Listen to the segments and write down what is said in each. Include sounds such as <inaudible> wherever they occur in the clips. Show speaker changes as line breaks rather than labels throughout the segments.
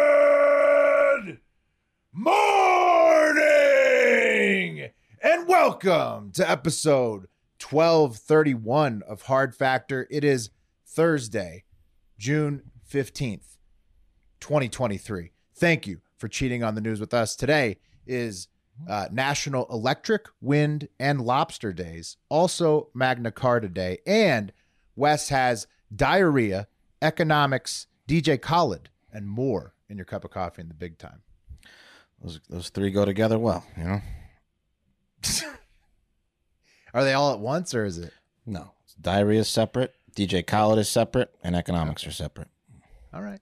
Good morning and welcome to episode 1231 of Hard Factor. It is Thursday, June 15th, 2023. Thank you for cheating on the news with us. Today is uh, National Electric, Wind, and Lobster Days, also Magna Carta Day, and Wes has diarrhea, economics, DJ Khaled, and more in your cup of coffee in the big time.
Those those three go together well, you know.
Are they all at once or is it?
No, diarrhea is separate. DJ Khaled is separate, and economics are separate.
All right.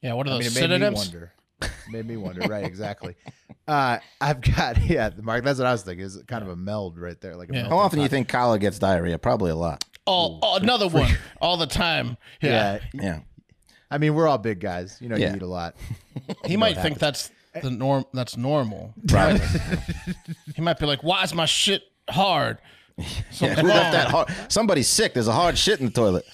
Yeah, what are
I mean,
those
it made me
synonyms?
wonder. made me wonder. Right, exactly. <laughs> Uh, I've got <laughs> yeah, the Mark. That's what I was thinking. Is kind of a meld right there, like a
Yeah.
melt
How
on
often do you
top.
think Khaled gets diarrhea? Probably a lot.
All, all- Oh, another one, all the time. Yeah,
Yeah.
<laughs> Yeah,
I mean, we're all big guys. You know,
Yeah.
you eat a lot.
he might think that's the norm. That's normal.
probably.
<laughs> He might be like, "Why is my shit hard?"
yeah, who left
<laughs>
that hard? Somebody's sick. There's a hard shit in the toilet.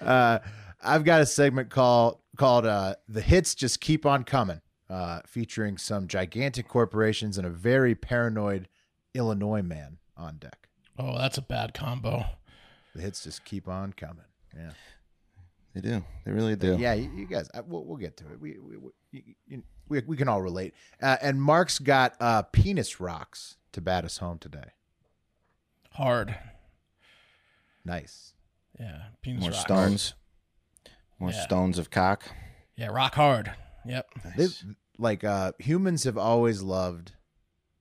uh, I've got a segment called called uh, "The Hits Just Keep on Coming," uh, featuring some gigantic corporations and a very paranoid Illinois man on deck.
Oh, that's a bad combo.
The hits just keep on coming. Yeah,
They do. They really do.
yeah. You, you guys, I, we'll, we'll get to it. We we we, you- you- we, we can all relate. Uh, and Mark's got uh, penis rocks to bat us home today.
Hard.
Nice.
Yeah, penis
More
rock.
stones. More
Yeah.
stones of cock.
Yeah, rock hard. Yep.
They've, like uh, humans have always loved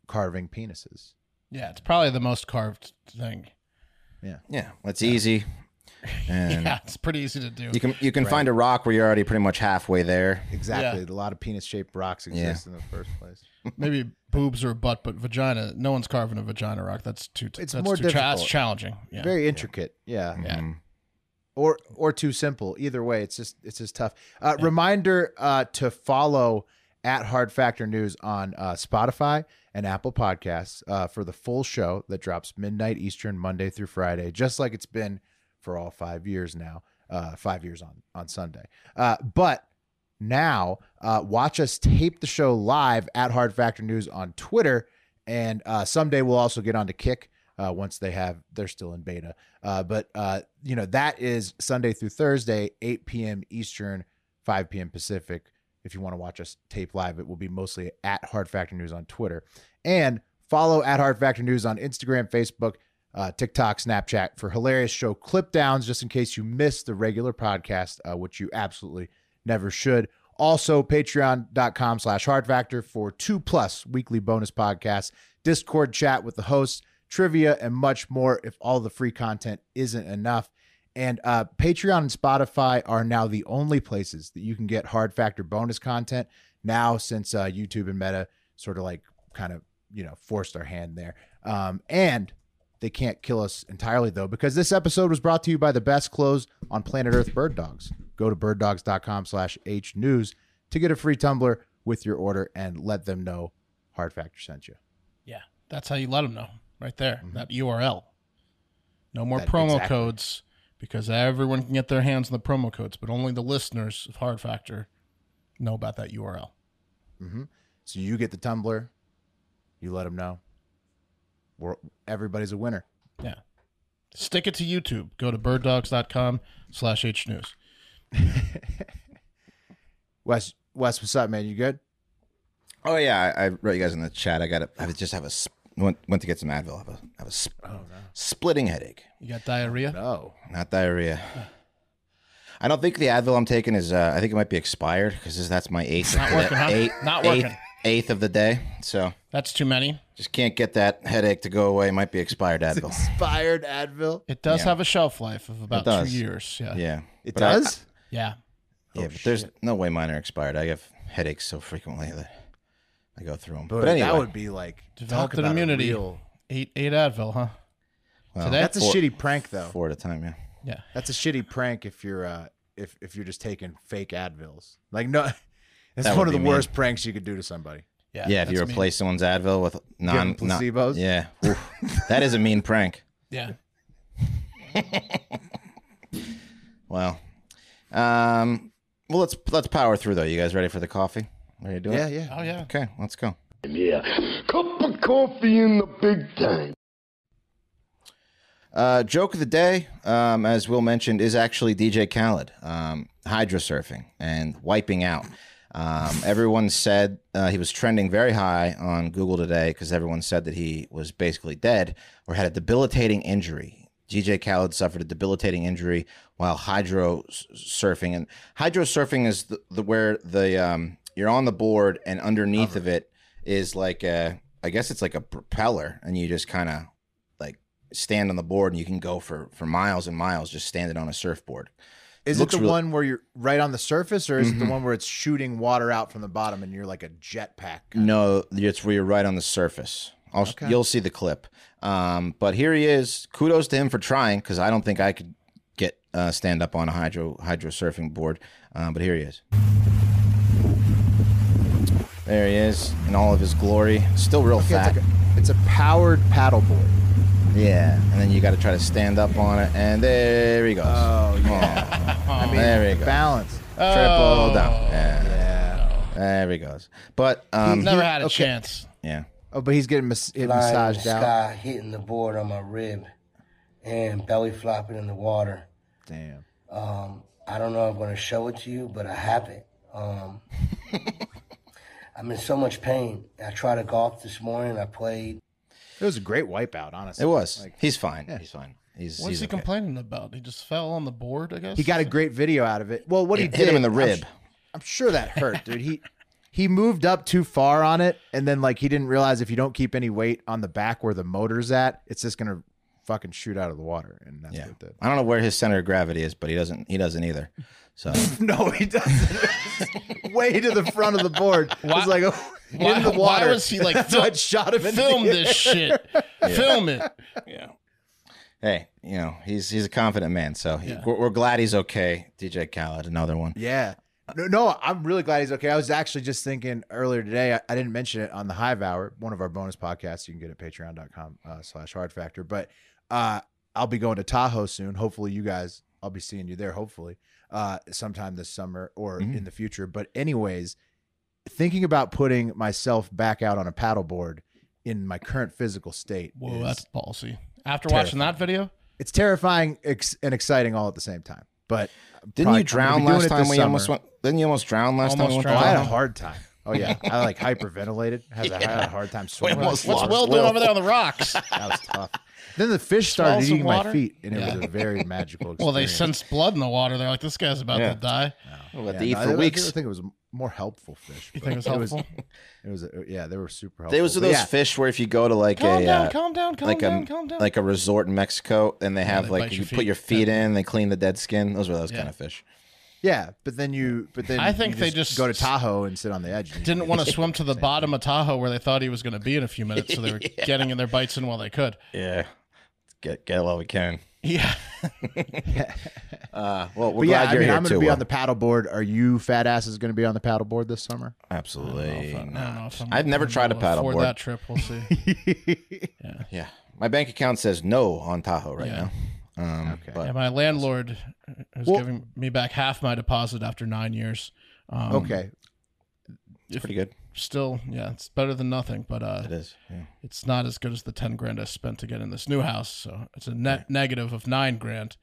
carving penises.
Yeah, it's probably the most carved thing. <laughs>
Yeah, that's <laughs> easy. And
yeah, it's pretty easy
<laughs>
to do.
you can you can find a rock where you're already pretty much halfway there.
Exactly. A lot of penis shaped rocks exist in the first place.
Maybe boobs or a butt, but vagina. No one's carving a vagina rock. That's too.
It's
that's
more
too cha- that's
difficult.
challenging. Yeah.
Very intricate. Yeah.
yeah.
Mm.
Or or too simple. Either way, it's just it's just tough. Uh, Reminder uh, to follow at Hard Factor News on uh, Spotify and Apple Podcasts uh, for the full show that drops midnight Eastern Monday through Friday, just like it's been for all five years now. Uh, five years on on Sunday. Uh, but now uh, watch us tape the show live at Hard Factor News on Twitter, and uh, someday we'll also get onto Kick uh, once they have they're still in beta. Uh, but uh, you know that is Sunday through Thursday, 8 p.m. Eastern, 5 p.m. Pacific. If you want to watch us tape live, it will be mostly at Hard Factor News on Twitter, and follow at Hard Factor News on Instagram, Facebook. Uh, TikTok, Snapchat for hilarious show clip downs, just in case you missed the regular podcast, uh, which you absolutely never should. Also, patreon.com slash hard factor for two plus weekly bonus podcasts, Discord chat with the hosts, trivia, and much more if all the free content isn't enough. And uh, Patreon and Spotify are now the only places that you can get hard factor bonus content now since uh, YouTube and Meta sort of like kind of, you know, forced our hand there. Um, and they can't kill us entirely though because this episode was brought to you by the best clothes on planet earth bird dogs go to birddogs.com slash h news to get a free tumbler with your order and let them know hard factor sent you
Yeah, that's how you let them know right there. That URL. No more
That-
promo
exactly.
codes because everyone can get their hands on the promo codes, but only the listeners of Hard Factor know about that URL.
so you get the tumbler you let them know We're, everybody's a winner
Yeah. Stick it to YouTube. Go to birddogs.com slash hnews.
wes wes what's up man you good
Oh yeah, I, I wrote you guys in the chat. I got to I just have a sp- went went to get some Advil. I have a I have a sp- splitting headache,
You got diarrhea?
no
not diarrhea. I don't think the Advil I'm taking is. Uh, I think it might be expired because that's my eighth.
Not
of the-
working, huh?
Eight,
Not
eighth-
working.
eighth of the day. So
That's too many.
just can't get that headache to go away. It might be
<laughs>
expired Advil.
Expired Advil.
It does have a shelf life of about two
does.
years. Yeah.
Yeah,
It
But I-
does. Oh,
Yeah.
yeah, but there's no way mine are expired. I have headaches so frequently that I go through them. But,
Boy,
anyway,
that would be like talk
Developed an
about a
immunity.
real-
Eight eight Advil, huh? Today?
That's a shitty prank, though.
four at a time. Yeah.
yeah.
That's a shitty prank if you're uh, if if you're just taking fake Advils. Like no, <laughs> that's
That would
one of
be
the
mean.
worst pranks you could do to somebody.
Yeah.
Yeah, if you
that's mean.
replace someone's Advil with non
them
non-
placebos?
yeah, Oof. that is a mean prank.
Yeah.
Well, um, well, let's let's power through though. You guys ready for the coffee? Ready to do
Yeah,
it?
yeah.
Oh yeah.
Okay, let's go.
Yeah. Cup of coffee in the big time.
Uh, joke of the day, um, as Will mentioned, is actually DJ Khaled um, hydro surfing and wiping out. Um, everyone said uh, he was trending very high on Google today because everyone said that he was basically dead or had a debilitating injury. DJ Khaled suffered a debilitating injury while hydro s- surfing, and hydro surfing is the, the where the um, you're on the board and underneath of it is like a, I guess it's like a propeller, and you just kind of like stand on the board and you can go for for miles and miles just standing on a surfboard.
Is it
Looks
the
real- Mm-hmm.
one where you're right on the surface, or is it the one where it's shooting water out from the bottom and you're like a jetpack?
No, it's where you're right on the surface. I'll, You'll see the clip. Um, but here he is. Kudos to him for trying because I don't think I could get uh, stand up on a hydro hydro surfing board. Um, but here he is. There he is in all of his glory. Still real
Yeah,
fat.
it's, like a, it's a powered paddleboard.
yeah. And then you got to try to stand up on it. And there he goes. Oh, yeah. <laughs> there he goes.
Balance.
Triple down. Oh, Yeah. There he goes. But, um,
Never had a chance.
yeah.
Oh, but he's getting mas- it
Lying in the
massaged out.
Sky hitting the board on my rib and belly flopping in the water.
Damn.
Um, I don't know if I'm going to show it to you, but I have it.
<laughs>
Um, I'm in so much pain. I tried to golf this morning. I played.
It was a great wipeout, honestly.
It was. he's fine. He's fine. He's,
What's
he's
he
okay.
complaining about? He just fell on the board, I guess.
He got a great video out of it. Well, what he
It
did
hit him in the
I'm
rib.
su- I'm sure that hurt, dude. He he moved up too far on it, and then like he didn't realize if you don't keep any weight on the back where the motor's at, it's just gonna fucking shoot out of the water, and that's
Yeah.
what it did. <laughs>
I don't know where his center of gravity is, but he doesn't. He doesn't either. <laughs> So
No, he doesn't. <laughs> Way to the front of the board. Why, like <laughs> oh,
why,
in the water.
Why was he
<laughs>
like
That's why it shot him in the
Film
ear.
this shit. Film it.
hey, you know he's he's a confident man. So he, we're, we're glad he's okay. DJ Khaled, another one.
Yeah. No, no, I'm really glad he's okay. I was actually just thinking earlier today. I, I didn't mention it on the Hive Hour, one of our bonus podcasts. You can get at patreon.com uh, slash hard factor. But uh, I'll be going to Tahoe soon. Hopefully, you guys, I'll be seeing you there, hopefully, uh, sometime this summer or in the future. But, anyways, thinking about putting myself back out on a paddleboard in my current physical state,
Whoa,
is-
that's ballsy. After watching that video,
it's terrifying ex- and exciting all at the same time. But
Didn't
probably-
you
I'm gonna
drown
be doing
last
it
time
this
when you almost
summer.
went? Didn't you almost drown last time?
Almost
we went to
drowned.
I had a
Tahoe?
hard time. Oh yeah,
<laughs>
I like hyperventilated. Has a, I had a hard time swimming.
almost
that
what's
lost
Will doing
Will.
over there on the
<laughs>
rocks?
was tough. Then the fish
Swallow
started
some
eating my
water?
feet, and it
Yeah.
was a very magical. Experience.
<laughs> well, they sensed blood in the water. They're like, this guy's about
Yeah.
to die.
We'll have
Yeah,
to eat
no,
for
I- I
weeks.
think it was a more helpful fish.
You
but
think it was helpful?
<laughs> It was, a- yeah, they were super helpful.
They was
But
those
yeah,
fish where if you go to like
Calm
a
down,
uh,
calm down, calm
like
down,
a
calm down.
like a resort in Mexico, and they have
they
like
bite
you
your
put
feet. <laughs>
your feet in, they clean the dead skin. Those were those kind of fish.
Yeah, but then you, but then
I think
you
they just
go to Tahoe and sit on the edge. and you
Didn't
get
<laughs>
want to swim to the bottom of Tahoe where they thought he was going to be in a few minutes, so
<laughs>
they were getting in their bites in while they could. <laughs>
Yeah, get get it while we can.
Yeah.
Uh, well, we're
But
glad
yeah, I
you're
mean,
here
I'm going
too.
to be
Will.
on the paddleboard. Are you fat asses going to be on the paddleboard this
<laughs>
summer?
Absolutely
I don't know
not.
if I'm-
I've never
I'm
tried a
able to afford
paddleboard.
That trip,
<laughs>
we'll see.
Yeah, my bank account says no on Tahoe right now. Um, but
Yeah, my landlord is giving me back half my deposit after nine years. Um,
Okay,
it's pretty good.
Still, yeah, it's better than nothing, but uh,
It is. Yeah.
it's not as good as the ten grand I spent to get in this new house. So it's a net negative of nine grand.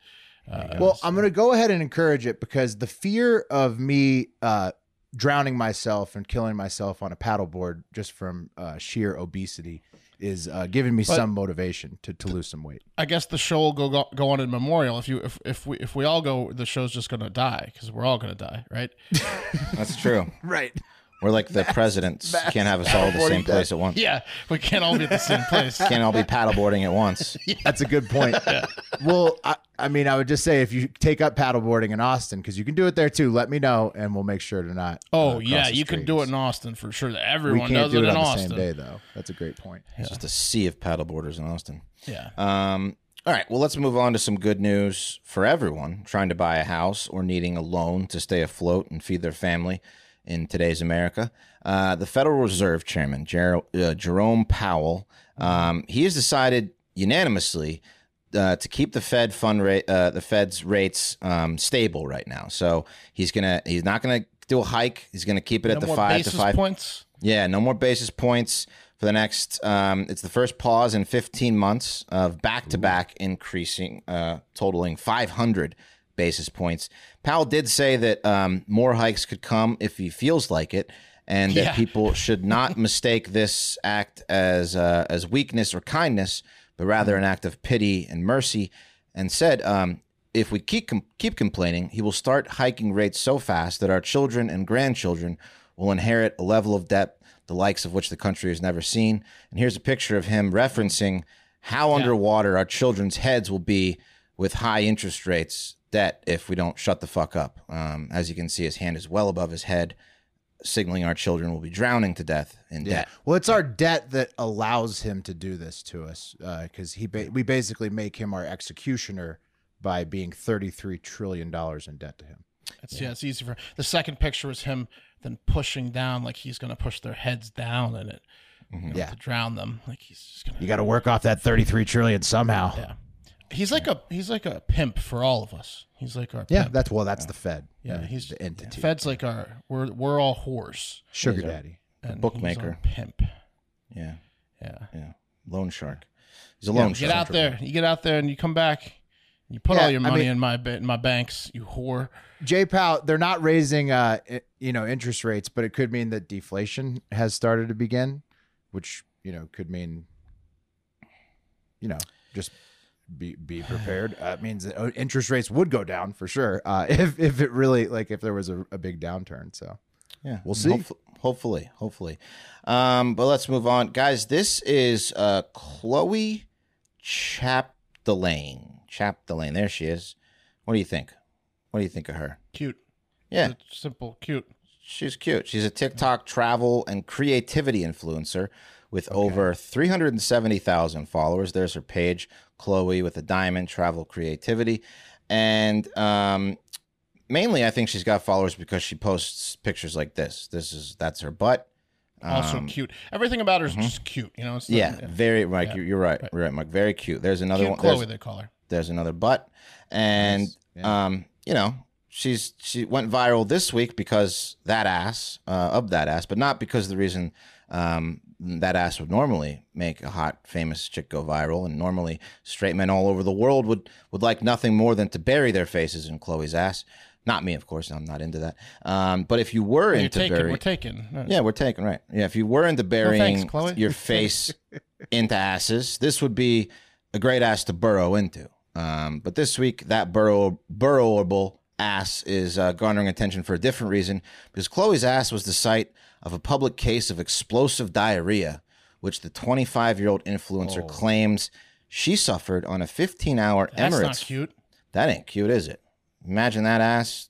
Uh,
Well, I'm going to go ahead and encourage it because the fear of me uh, drowning myself and killing myself on a paddleboard just from uh, sheer obesity is uh, giving me some motivation to, to lose some weight.
I guess the show will go, go go on in memorial. If you if, if we if we all go, the show's just gonna die because we're all gonna die,
<laughs>
right?
<laughs> That's true.
Right.
We're like the presidents. You can't have us all at the same place at once.
yeah, we can't all be at the same place.
Can't
<laughs>
all be paddleboarding at once.
<laughs> That's a good point. Well, I, I mean, I would just say if you take up paddleboarding in Austin, because you can do it there too, let me know and we'll make sure to not. uh,
Oh yeah, you can do it in Austin for sure.
We
Everyone
can't
does
do it,
in
on
Austin.
the same day, though. That's a great point.
It's just a sea of paddleboarders in Austin.
Yeah,
Uh,
Um, all right. Well, let's move on to some good news for everyone trying to buy a house or needing a loan to stay afloat and feed their family in today's America. Uh, the Federal Reserve Chairman Jer- uh, Jerome Powell um, he has decided unanimously uh, to keep the Fed fund rate, uh, the Fed's rates um, stable right now. So he's gonna he's not gonna do a hike. He's gonna keep it
No
at the
more
five to
basis
five
points.
yeah, no more basis points for the next. Um, it's the first pause in 15 months of back to back increasing, uh, totaling 500 basis points. Powell did say that um, more hikes could come if he feels like it, and that
Yeah.
people should not mistake this act as uh, as weakness or kindness, but rather an act of pity and mercy. And said, um, if we keep com- keep complaining, he will start hiking rates so fast that our children and grandchildren will inherit a level of debt the likes of which the country has never seen. And here's a picture of him referencing how underwater our children's heads will be with high interest rates debt if we don't shut the fuck up. Um, as you can see, his hand is well above his head, signaling our children will be drowning to death in debt.
Well, it's our debt that allows him to do this to us, because he ba- we basically make him our executioner by being thirty three trillion dollars in debt to him.
It's, yeah. it's easy for the second picture was him then pushing down like he's gonna push their heads down in it. you know,
Mm-hmm. Yeah.
to drown them. Like he's just gonna.
You got to work off that thirty three trillion somehow. Yeah,
Yeah. He's like a he's like a pimp for all of us. He's like our pimp.
that's well, that's the Fed.
yeah.
uh,
He's
the entity,
Fed's like our we're we're all horse
sugar daddy.
and
bookmaker.
he's our pimp.
Yeah,
Yeah.
yeah. Loan shark. He's a
Yeah,
loan
you
shark.
get out there. You get out there and you come back. and You put
Yeah,
all your
I
money
mean-
in my ba- in my banks. You whore.
J Powell, they're not raising, uh, i- you know, interest rates, but it could mean that deflation has started to begin, which you know could mean, you know, just be be prepared. Uh, it means that uh, interest rates would go down for sure uh, <laughs> if if it really like if there was a, a big downturn. So
Yeah,
We'll see.
Hopefully, hopefully, hopefully. Um, but let's move on, guys. This is uh, Chloe Chapdelaine. Chapdelaine, there she is. What do you think? What do you think of her?
Cute.
Yeah,
Just Simple. Cute.
she's cute. She's a TikTok travel and creativity influencer with over three hundred and seventy thousand followers. There's her page, Chloe with a diamond travel creativity, and um, mainly I think she's got followers because she posts pictures like this. This is that's her butt. Um,
Also cute. Everything about her is just cute. You know. It's not-
mm-hmm. Yeah, very Mike. You're, you're right. You're right, Mike. Very cute. There's another
Cute
one.
Chloe,
There's,
they call her.
there's another butt, and um, you know, she's she went viral this week because that ass uh, of that ass, but not because the reason um that ass would normally make a hot famous chick go viral, and normally straight men all over the world would would like nothing more than to bury their faces in Chloe's ass. Not me, of course. I'm not into that. Um, but if you were
You're
into
taken.
burying,
We're taken. No,
yeah, we're taking right. Yeah, if you were into burying
Chloe. <laughs>
your face into asses, this would be a great ass to burrow into. Um, but this week, that burrow burrowable ass is uh, garnering attention for a different reason because Chloe's ass was the site of a public case of explosive diarrhea, which the 25 year old influencer
Oh.
claims she suffered on a 15 hour
That's
Emirates.
not cute.
That ain't cute, is it? Imagine that ass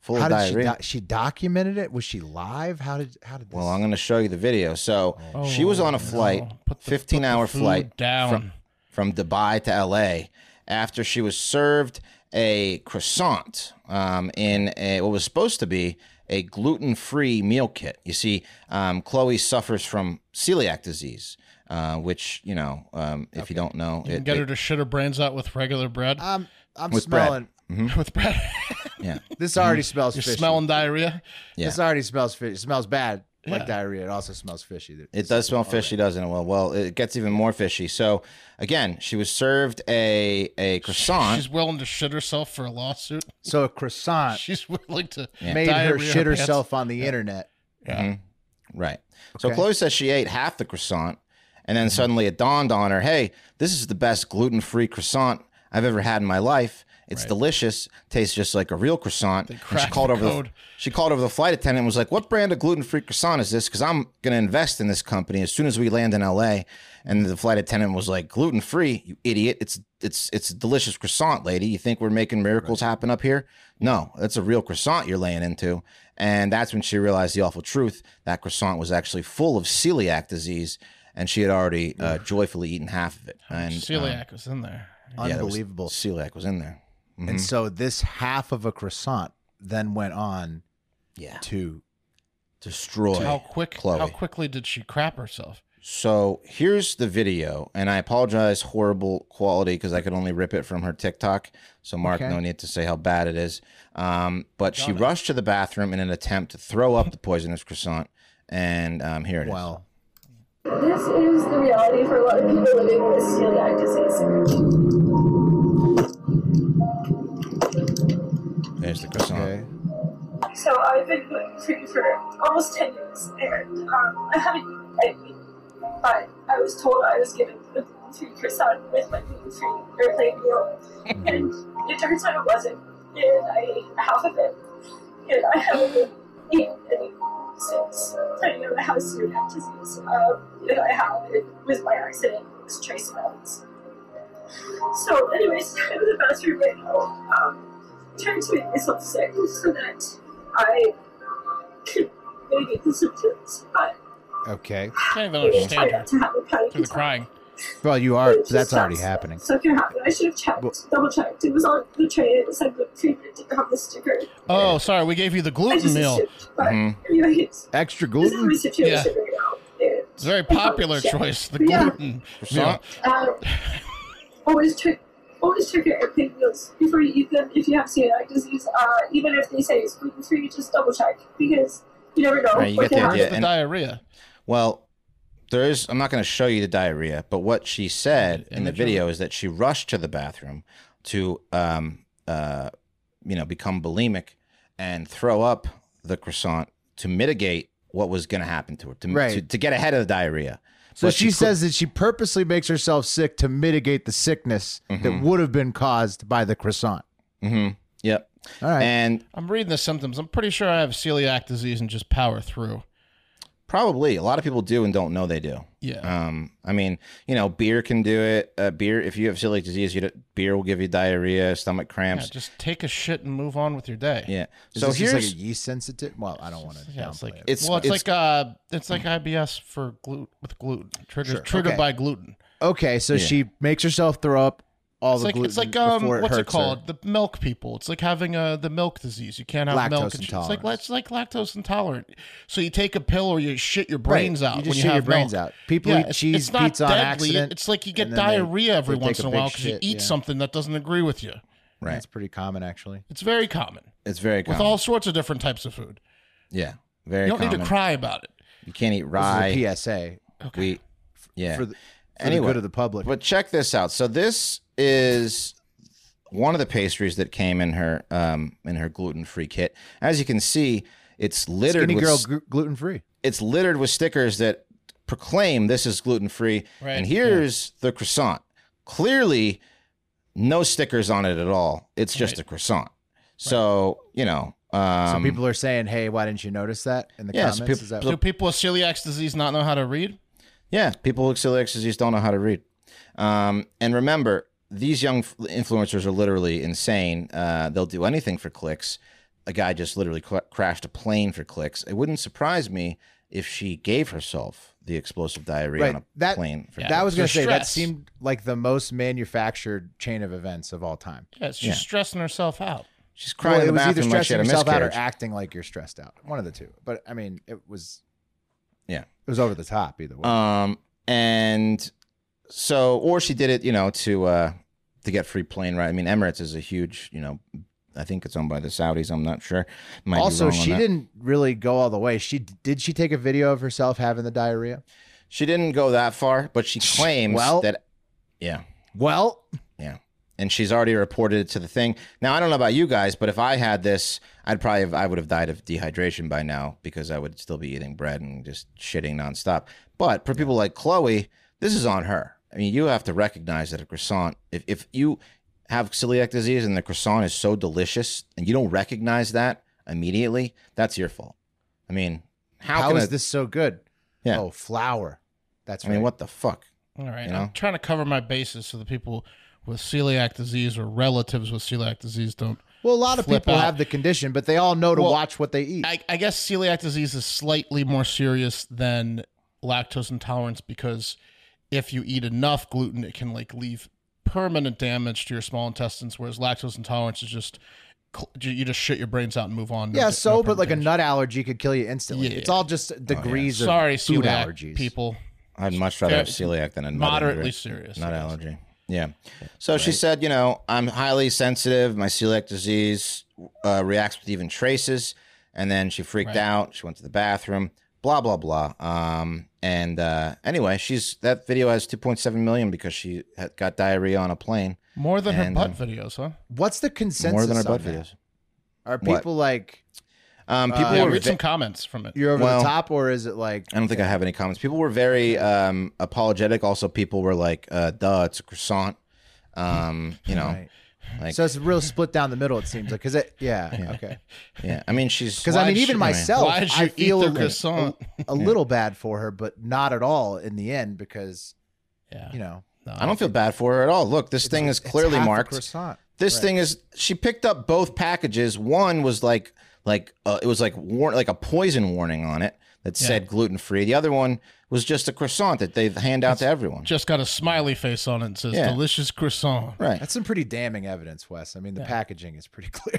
full
how
of
did she
diarrhea.
do- she documented it? Was she live? How did how did this?
Well, I'm going to show you the video. So she was on a flight,
Oh, no. Put the-
15
put the
hour
food
flight
down.
From, from Dubai to LA after she was served a croissant um, in a, what was supposed to be a gluten free meal kit. You see, um, Chloe suffers from celiac disease, uh, which, you know, um, if you don't know,
You
it,
can get her
it- Ah.
to shit her brains out with regular bread.
I'm I'm
with bread.
smelling.
<laughs> with bread.
yeah.
This
<laughs>
already smells.
You're
fishy.
smelling diarrhea.
Yeah.
This already smells fishy. It smells bad like diarrhea. It also smells fishy.
It does smell fishy, doesn't it? Well, well, it gets even more fishy. So again, she was served a a croissant.
She's willing to shit herself for a lawsuit.
So a croissant
<laughs> She's willing to
made her
diarrhea
shit
pants. Mm-hmm.
Mm-hmm.
herself on the internet.
Right. So Chloe says she ate half the croissant And
Mm-hmm.
then suddenly it dawned on her, hey, this is the best gluten free croissant I've ever had in my life. It's delicious. Tastes just like a real croissant. And she
cracked
called
the
over the,
code.
she called over the flight attendant and was like, "What brand of gluten free croissant is this? Because I'm gonna invest in this company as soon as we land in L.A." And the flight attendant was like, "Gluten free, you idiot! It's it's it's a delicious croissant, lady. You think we're making miracles happen up here? No, that's a real croissant you're laying into." And that's when she realized the awful truth: that croissant was actually full of celiac disease, and she had already uh, joyfully eaten half of it. And uh,
Celiac was in there.
yeah, there was-
Unbelievable.
celiac was in there.
And so this half of a croissant then went on
Yeah,
to
destroy.
How quick?
Chloe.
How quickly did she crap herself?
So here's the video, and I apologize, horrible quality, because I could only rip it from her TikTok. So Mark,
Okay.
no need to say how bad it is. Um, but she rushed to the bathroom in an attempt to throw up the poisonous croissant, and um, here it is.
well.
This is the reality for a lot of people living with celiac disease.
There's the croissant.
Okay.
So I've been gluten free for almost 10 years, and um, I haven't eaten anything. But I was told I was given a gluten free croissant with my gluten free airplane meal, and it turns out it wasn't. And I ate half of it, and I haven't been eating anything since. I know I have celiac disease, um, and I have it with my accident, it was trace amounts. So, anyways, <laughs> I'm in the bathroom right now, um, trying to make myself sick so that I can mitigate the symptoms. But
Okay.
Can't even
I
understand
tried
her
not to have a panic
through the
attack.
crying.
Well, you are.
It just
That's already
sucks.
happening.
So it can happen. I should have checked,
Well-
double checked. It was on the tray and it said the treatment didn't have the sticker.
Oh, sorry, we gave you the
I
gluten
just
meal. Mm-hmm.
assumed. But anyways,
Extra
this is my
gluten.
situation
Yeah.
right now. and
It's a very
I can't
popular
check.
choice, the
But yeah,
gluten meal.
Um, always check always check your airplane meals before you eat them if you have celiac disease. Uh, even if they say it's gluten free, just double check because you never know.
Right, you
what
get the
can
idea.
happen.
The
and-
diarrhea.
Well, there is. I'm not going to show you the diarrhea, but what she said in the video is that she rushed to the bathroom to, um, uh, you know, become bulimic and throw up the croissant to mitigate what was going to happen to her, to,
Right.
to, to get ahead of the diarrhea.
So
But
she,
cou-
says that she purposely makes herself sick to mitigate the sickness that would have been caused by the croissant.
Mhm. Yep.
All right.
And
I'm reading the symptoms. I'm pretty sure I have celiac disease and just power through.
probably a lot of people do and don't know they do.
Yeah.
Um, I mean, you know, beer can do it. Uh, beer, if you have celiac disease, you d- beer will give you diarrhea, stomach
yeah.
cramps.
Just take a shit and move on with your day.
Yeah.
Is
So
this just
here's
like a yeast sensitive. Well, I don't want to.
Yeah, it's like
it. It's-
well, it's,
it's-
like uh, it's like IBS for gluten with gluten triggers triggered
Okay.
by gluten.
Okay, so she makes herself throw up all
It's
the
like
gluten
it's like um,
before it
what's it
hurts her.
called? The milk people. It's like having uh the milk disease. You can't have milk.
Lactose
And shit. it's like
intolerance.
it's like lactose intolerant. So you take a pill or you shit your brains
Right,
out.
You just
when you
shit
have
your brains
milk.
out. People
Yeah,
eat cheese
not
pizza on accident.
It's like you get
and then they-
diarrhea every
they take
once in a
big
while because you
shit,
eat
yeah.
something that doesn't agree with you.
Right.
That's pretty common, actually.
It's very common
It's very
with
common.
all sorts of different types of food.
yeah, very
You don't
common.
need to cry about it.
You can't eat
This
rye,
is a PSA
wheat. Yeah.
for, the, for
Anyway.
the good of the public.
but check this out. So this is one of the pastries that came in her um, in her gluten free kit. As you can see, it's littered
Skinny
with
girl
s-
gluten free.
it's littered with stickers that proclaim this is gluten free.
Right,
And here's the croissant. Clearly, no stickers on it at all. It's just a croissant. So you know.
So
Um,
people are saying, "Hey, why didn't you notice that in the
Yeah,
comments?"
so people-
is that
Do people with celiac disease not know how to read?
Yeah, people with celiac disease don't know how to read. Um, and remember, these young f- influencers are literally insane. Uh, they'll do anything for clicks. A guy just literally cra- crashed a plane for clicks. It wouldn't surprise me if she gave herself the explosive diarrhea on
right?
a
That
plane. For
that was
it's
gonna
just
say that
stress.
seemed like the most manufactured chain of events of all time.
Yeah, it's just stressing herself out.
She's crying
well, it
in the
was either
bathroom like she
stressing
had a
yourself out or
miscarriage.
acting like you're stressed out. One of the two. But I mean, it was
Yeah.
it was over the top either way.
Um, and so, or she did it, you know, to uh, to get free plane ride. I mean, Emirates is a huge, you know, I think it's owned by the Saudis. I'm not sure. Might be
also,
wrong on
she
that.
didn't really go all the way. She did she take a video of herself having the diarrhea?
She didn't go that far, but she claims
Well-
that, yeah,
Well,
yeah. And she's already reported it to the thing. Now I don't know about you guys, but if I had this, I'd probably have, I would have died of dehydration by now because I would still be eating bread and just shitting nonstop. But for people like Chloe, this is on her. I mean, you have to recognize that a croissant, if, if you have celiac disease and the croissant is so delicious and you don't recognize that immediately, that's your fault. I mean, how,
How
can
is
a-
this so good?
Yeah.
Oh, flour. That's
I mean,
right.
what the fuck?
All right.
You know?
I'm trying to cover my bases so the people with celiac disease or relatives with celiac disease don't.
Well, a lot of
Flip
people
out.
have the condition, but they all know to
Well,
watch what they eat.
I, I guess celiac disease is slightly more serious than lactose intolerance because if you eat enough gluten, it can like leave permanent damage to your small intestines, whereas lactose intolerance is just cl- you just shit your brains out and move on. No
yeah,
da-
so,
no
but
permanent
like a
damage.
nut allergy could kill you instantly.
Yeah.
It's all just degrees of
Sorry,
food
celiac
allergies.
people.
I'd much rather have
Fair-
celiac than a nut
Moderately
injury.
serious.
nut
I guess.
allergy. Yeah. So she said, you know, I'm highly sensitive. My celiac disease uh, reacts with even traces. And then she freaked
Right.
out. She went to the bathroom. Blah blah blah. Um, and uh, anyway, she's that video has 2.7 million because she had, got diarrhea on a plane.
More than
And,
her butt
um,
videos, huh?
What's the consensus?
more than our
on
butt
that?
videos.
Are
What?
people like
Um, people
Uh,
Yeah,
were
read
ve-
some comments from it.
you're over
Well-
the top, or is it like
I don't think I have any comments. People were very um, apologetic. Also, people were like, uh, "Duh, it's a croissant." Um, you know,
Right.
like-
so it's real split down the middle. It seems like because it yeah, okay
<laughs> yeah. I mean, she's
because I
why'd
mean
she-
even myself
Why did you
I
eat
feel
the
a-
croissant?
<laughs>
a, a little bad for her, but not at all in the end because
Yeah.
you know
No,
I don't feel bad for her at all. Look, this thing is
it's
clearly
half a
marked.
croissant.
This thing is she picked up both packages. One was like like uh, it was like war- like a poison warning on it that said gluten free. The other one was just a croissant that they hand out to everyone.
just got a smiley face on it and says
Yeah.
delicious croissant.
right.
That's some pretty damning evidence, Wes. I mean, the packaging is pretty <laughs> clear.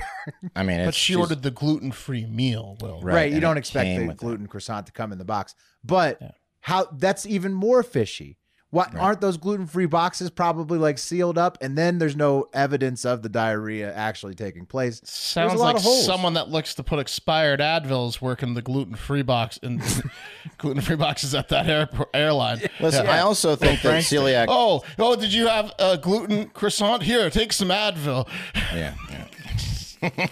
I mean,
But
it's-
she
she's-
ordered the gluten free meal, Will.
Right,
Right.
and
you don't
it
expect
came
the
with it.
gluten croissant to come in the box. But how that's even more fishy. What aren't those gluten free boxes probably like sealed up? And then there's no evidence of the diarrhea actually taking place. There's a
Sounds
lot
like
of holes.
someone that looks to put expired Advils working the gluten free box <laughs> and gluten free boxes at that air, airline.
Listen, I also think that celiac.
Oh, oh! Did you have a gluten croissant? Here, take some Advil. <laughs>
Yeah, yeah.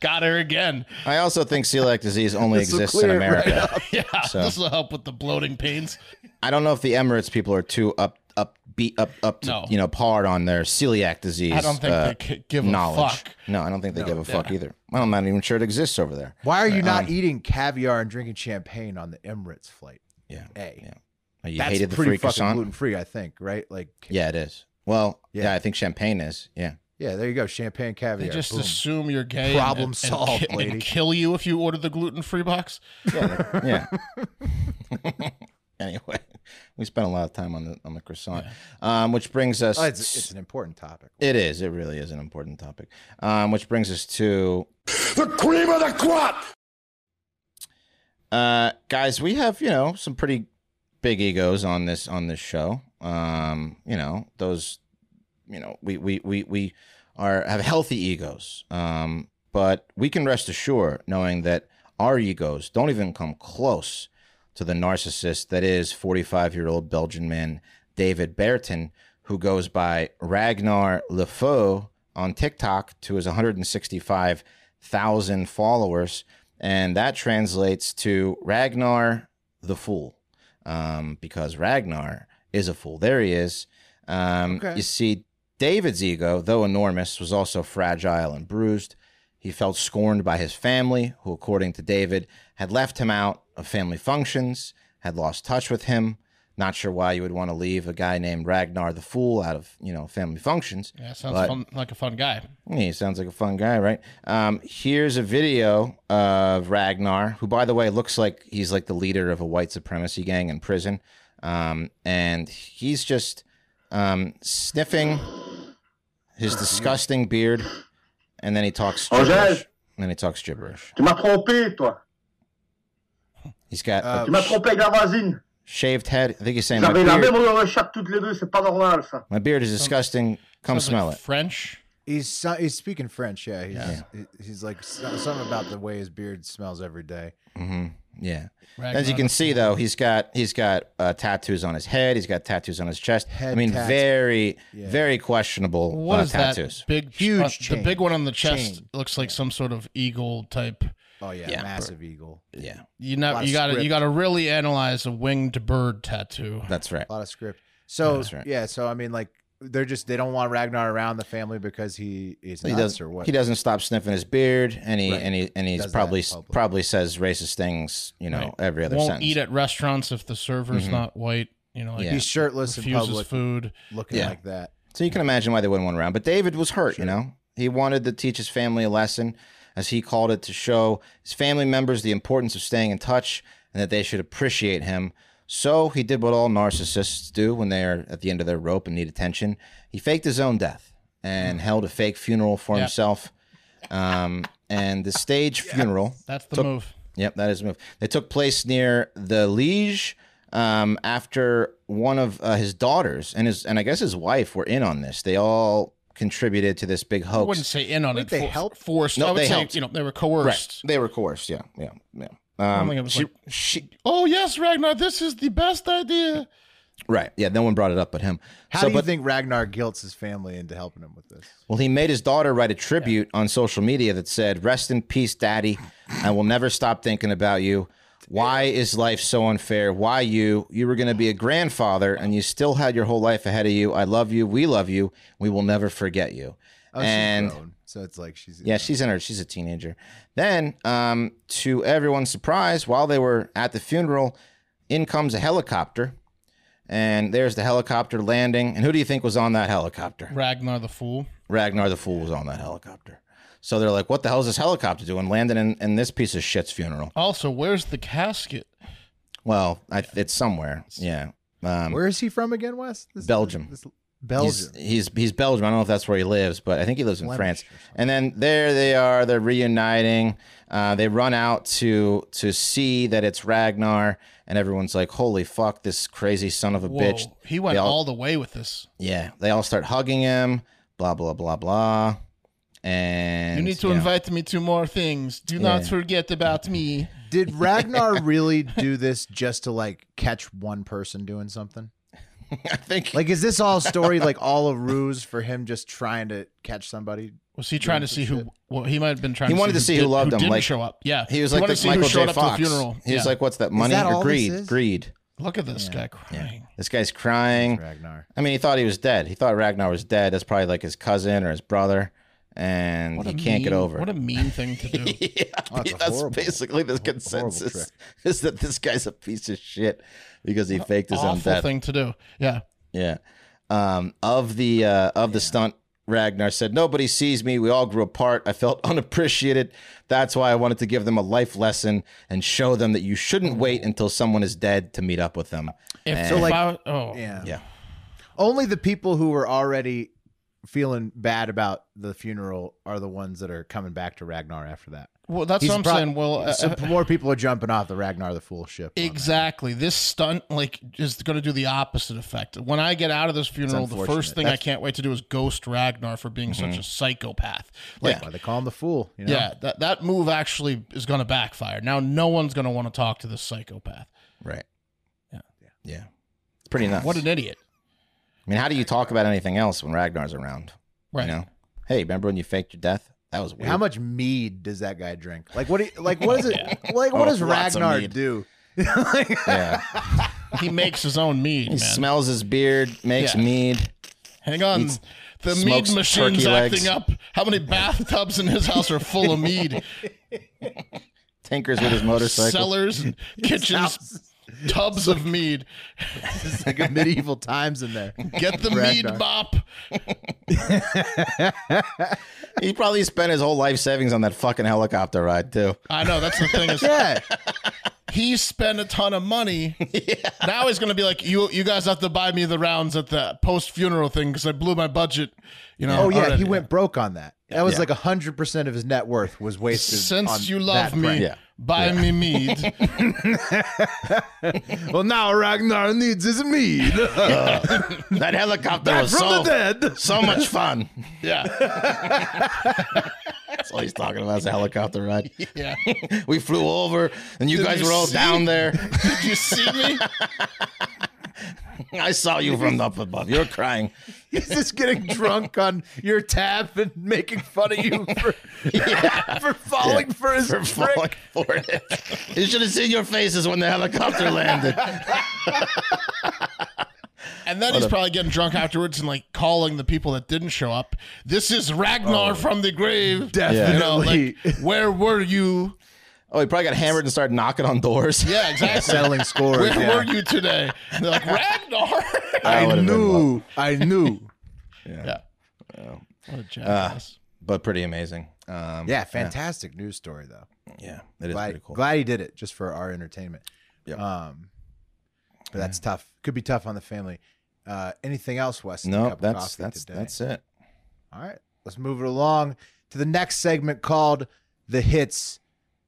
Got her again. <laughs>
I also think celiac disease only
This'll
exists in
clear it right
America.
Yeah,
So-
this will help with the bloating pains.
I don't know if the Emirates people are too up up beat up up to
No.
you know par on their celiac disease.
I don't think
uh,
they c- give
knowledge.
a fuck.
No, I don't think they give a fuck either. Well, I'm not even sure it exists over there.
Why are you not eating caviar and drinking champagne on the Emirates flight?
Yeah,
A.
yeah. You
That's
hated the
pretty
free
fucking
croissant.
gluten free, I think, right? Like
Yeah, it is. Well, yeah.
Yeah.
I think champagne is. Yeah,
yeah, there you go. Champagne
They
caviar.
just
boom.
assume you're gay.
Problem
and, and,
solved,
and,
lady.
and kill you if you order the gluten free box.
<laughs>
yeah. <laughs> anyway, we spent a lot of time on the on the croissant, um, which brings us.
Oh, it's, it's an important topic.
it is. It really is an important topic, um, which brings us to
The cream of the crop!
uh, guys. We have you know some pretty big egos on this on this show. Um, you know those. You know we we we we are have healthy egos. Um, but we can rest assured knowing that our egos don't even come close to the narcissist that is 45 year old Belgian man David Berton, who goes by Ragnar Lefeu on TikTok to his 165,000 followers. And that translates to Ragnar the Fool, um, because Ragnar is a fool. There he is. Um,
Okay.
You see, David's ego, though enormous, was also fragile and bruised. He felt scorned by his family, who, according to David, had left him out of family functions, had lost touch with him. Not sure why you would want to leave a guy named Ragnar the Fool out of you know family functions.
Yeah, sounds
But-
fun, like a fun guy.
Yeah, he sounds like a fun guy, right? Um, here's a video of Ragnar, who, by the way, looks like he's like the leader of a white supremacy gang in prison, um, and he's just um, sniffing his disgusting beard, and then he talks gibberish.
Angèle.
And then he talks gibberish.
Tu m'as trompé, toi.
He's got a
Tu m'as trompé avec la voisine.
shaved head. I think he's saying
Vous
my
avez la
beard,
même odeur de chatte toutes les deux, c'est pas normal, ça.
my beard is disgusting. Come
Sounds like
smell it.
French.
He's so- he's speaking French, yeah. He's he- he's like so- something about the way his beard smells every day.
Mm-hmm. Yeah.
Ragnar
As you can see, though, he's got he's got uh, tattoos on his head. He's got tattoos on his chest. I
Head
mean,
tats.
very very questionable
What
uh,
is
tattoos.
that big
Huge
uh, the big
chain.
one on the chest
Chain.
looks like some sort of eagle type
Oh yeah,
Yeah.
massive eagle.
Yeah,
You
A lot
know,
of
you got to
script.
you got to really analyze a winged bird tattoo.
that's right.
A lot of script. So
that's right.
yeah, so I mean, like they're just they don't want Ragnar around the family because he is
He
nuts
does.
or what?
He doesn't stop sniffing his beard, and he
Right.
and he and he's
Does that
probably
in public.
probably says racist things. You know,
Right.
every other
Won't
sentence.
eat at restaurants if the server's
Mhm.
not white. You know, like
Yeah.
He's shirtless in
refuses
public,
food.
looking
Yeah.
like that.
So you can imagine why they wouldn't want around. But David was hurt, you know. He wanted to teach his family a lesson, as he called it, to show his family members the importance of staying in touch and that they should appreciate him. So he did what all narcissists do when they are at the end of their rope and need attention. He faked his own death and held a fake funeral for
Yeah.
himself. Um, and the stage funeral
That's the
Took-
move.
Yep, that is a move. They took place near the Liege um, after one of uh, his daughters and his and I guess his wife were in on this. They all contributed to this big
I
hoax.
wouldn't say in on
Wait,
it.
they
for-
helped?
Forced.
No,
I would
they
say
helped.
you know they were
right.
coerced.
They were coerced. Yeah, yeah, yeah.
I
Um,
think it was
she-
like-
she-
Oh yes, Ragnar, this is the best idea.
right. Yeah, no one brought it up but him.
How
so,
do you
but
think Ragnar guilts his family into helping him with this?
Well, he made his daughter write a tribute on social media that said, Rest in peace, daddy. I will never stop thinking about you. Why is life so unfair? Why you? You were going to be a grandfather and you still had your whole life ahead of you. I love you. We love you. We will never forget you.
Oh,
and
she's grown, so it's like she's
yeah, she's in her. She's a teenager. Then, um, to everyone's surprise, while they were at the funeral, in comes a helicopter. And there's the helicopter landing. And who do you think was on that helicopter?
Ragnar the fool.
Ragnar the Fool was on that helicopter. So they're like, what the hell is this helicopter doing landing in, in this piece of shit's funeral?
Also, where's the casket?
Well, I, it's somewhere. Yeah. Um,
Where is he from again, Wes? This-
Belgium.
this-
he's,
Belgium.
he's, he's Belgium. I don't know if that's where he lives, but I think he lives in
Flemish
France.
or something.
And then there they are. They're reuniting. Uh, they run out to to see that it's Ragnar. And everyone's like, holy fuck, this crazy son of a
Whoa,
bitch.
he went
They all-
all, the way with this.
Yeah. They all start hugging him, blah, blah, blah, blah. And
you need to
yeah.
invite me to more things. Do not forget about me.
<laughs>
Did Ragnar really do this just to like catch one person doing something?
<laughs> I think
Like, is this all
<laughs>
story like all a ruse for him just trying to catch somebody?
Was he trying to see who? Well, he might have been trying.
He
to
wanted to see who
did-
loved him,
Didn't
like-
show up. Yeah,
He was
wanted
like
to
this
see who
Michael
showed
J.
up
Fox.
to the funeral.
He was
Yeah.
like, "What's that? Money
that
or
all
greed?
this is?
Greed."
"Look at this guy crying."
This guy's crying.
Ragnar.
I mean, he thought he was dead. He thought Ragnar was dead. That's probably like his cousin or his brother, and
What
he
a
can't get
mean-
over.
What a
it. <laughs>
mean thing to do.
yeah,
Oh, it's a
that's
horrible-
basically the
horrible
consensus
trick.
<laughs> is that this guy's a piece of shit because he faked his own
Awful
death.
thing to do. Yeah.
Yeah. Um, of the uh, of the stunt, Ragnar said, "Nobody sees me. We all grew apart. I felt <laughs> unappreciated. That's why I wanted to give them a life lesson and show them that you shouldn't
Mm.
wait until someone is dead to meet up with them."
If,
So,
if
like-
I, oh,
Yeah.
Yeah.
Only the people who were already feeling bad about the funeral are the ones that are coming back to Ragnar after that.
well, that's
He's
what I'm
pro-
saying. Well, uh,
So more people are jumping off the Ragnar the Fool ship. on that.
<laughs> Exactly. This stunt like is going to do the opposite effect. When I get out of this funeral, the first
unfortunate.
thing I can't wait to do is ghost Ragnar for being such
Mm-hmm.
a psychopath. Like,
Why they call him the Fool? You know?
yeah, that that move actually is going to backfire. Now, no one's going to want to talk to this psychopath.
Right. Yeah. Yeah. It's pretty nuts.
What an idiot!
I mean, how do you talk about anything else when Ragnar's around?
Right.
You know, hey, remember when you faked your death? That was weird.
How much mead does that guy drink? Like what? do you- Like what is it? Like what
Oh,
does
lots of
Ragnar
mead.
do? Like-
Yeah.
He makes his
<laughs>
own mead,
he
man.
smells his beard, makes
Yeah.
mead.
Hang on.
eats-
the mead
smokes
machine's
turkey legs.
acting up. How many bathtubs in his house are full
<laughs>
of mead?
Tinkers
<laughs>
with his
<laughs>
motorcycle.
Cellars and kitchens, tubs of mead.
it's like a
<laughs>
medieval times in there.
Get
<laughs>
the
Ragnar.
mead mop.
He probably spent his whole life savings on that fucking helicopter ride too.
I know that's the thing
<laughs>
<laughs>
is
Yeah,
he spent a ton
<laughs>
of money. Now he's gonna be like, you you guys have to buy me the rounds at the post funeral thing because I blew my budget. You know.
Oh yeah,
already.
he went broke on that. That was
Yeah.
like like hundred percent of his net worth was wasted. on
Since you love
that
me,
prank. <laughs>
Yeah.
buy me mead.
well now Ragnar needs his mead
Uh, That helicopter was so,
dead.
so much fun.
yeah,
That's all he's talking about is a helicopter ride.
yeah.
We flew over and you guys
you
were all
see?
down there.
Did you see me?
I saw you from up above. You're crying.
He's just getting drunk on your tab and making fun of you for, for falling for his
<laughs> for
trick.
falling for it. you should have seen your faces when the
<laughs>
helicopter landed.
And then he's probably getting drunk afterwards and like calling the people that didn't show up. This is Ragnar from the grave. You know,
Oh. Definitely.
like, where were you?
Oh, he probably got hammered and started knocking on doors.
Yeah, exactly.
Settling scores.
Where
yeah.
were you today?
<laughs>
And they're like, Ragnar.
<laughs> That
I
would've been love.
knew. I knew.
yeah. <laughs> What a jackass.
but pretty amazing.
<laughs>
Um,
Yeah, fantastic news story though.
yeah, it is pretty
Glad,
cool.
glad he did it just for our entertainment.
Yeah.
Um, but that's tough. Could be tough on the family. Uh, anything else, Wes? in the
no,
cup of
that's
coffee
that's
today?
that's it.
All right, let's move it along to the next segment called The Hits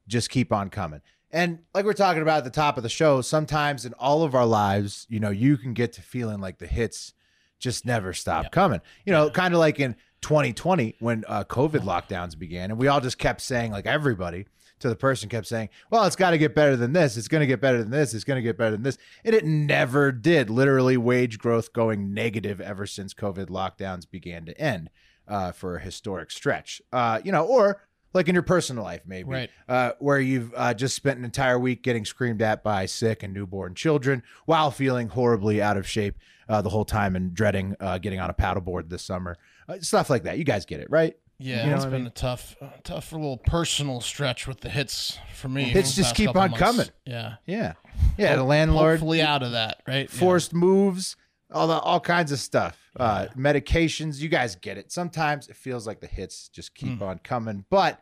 Just Keep On Coming. And like we're talking about at the top of the show, sometimes in all of our lives, you know, you can get to feeling like the hits just never stop coming. You know, kind of like in 2020 when uh, COVID lockdowns began, and we all just kept saying, like everybody to the person kept saying, well, it's got to get better than this. It's going to get better than this. It's going to get better than this. And it never did. Literally, wage growth going negative ever since COVID lockdowns began to end uh, for a historic stretch. Uh, you know, or like in your personal life, maybe,
Right.
uh, where you've uh, just spent an entire week getting screamed at by sick and newborn children while feeling horribly out of shape uh, the whole time and dreading uh, getting on a paddleboard this summer. Uh, stuff like that. You guys get it, right?
Yeah,
You know
it's
what I
been
mean?
a tough, uh, tough little personal stretch with the hits for me.
Hits
the
just
past
keep
couple
on
months.
coming.
Yeah.
Yeah. Yeah. the landlord.
Hopefully out of that, right? Yeah.
forced moves, all the, all kinds of stuff, uh, medications. You guys get it. Sometimes it feels like the hits just keep
Mm.
on coming, but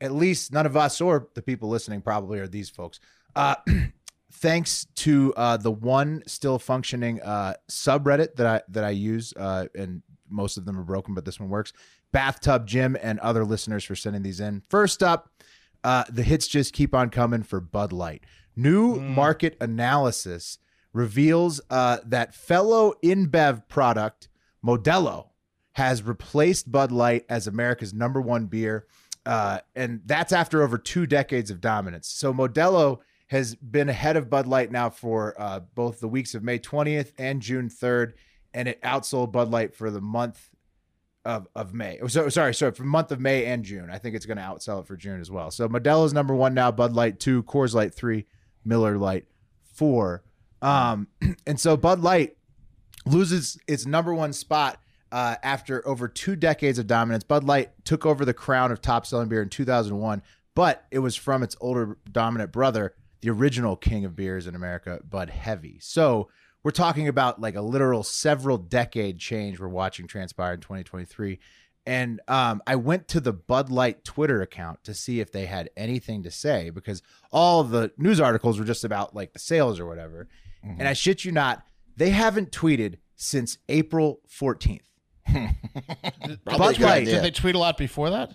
at least none of us or the people listening probably are these folks. Uh, <clears throat> thanks to uh, the one still functioning uh, subreddit that I that I use, uh, and most of them are broken, but this one works. Bathtub Jim and other listeners for sending these in. First up, uh, the hits just keep on coming for Bud Light. New
Mm.
market analysis reveals uh, that fellow InBev product Modelo has replaced Bud Light as America's number one beer, uh, and that's after over two decades of dominance. So Modelo has been ahead of Bud Light now for uh, both the weeks of May 20th and June 3rd, and it outsold Bud Light for the month of of May. Oh, So sorry, sorry, for month of May and June. I think it's going to outsell it for June as well. So Modelo's number one now, Bud Light two, Coors Light three, Miller Light four. Um, <clears throat> and so Bud Light loses its number one spot uh, after over two decades of dominance. Bud Light took over the crown of top selling beer in 2001, but it was from its older dominant brother, the original king of beers in America, Bud Heavy. So we're talking about like a literal several decade change we're watching transpire in 2023. And um, I went to the Bud Light Twitter account to see if they had anything to say because all the news articles were just about like the sales or whatever. And I shit you not, they haven't tweeted since April 14th.
Probably a
Bud
good
Light.
idea.
Did they tweet a lot before that?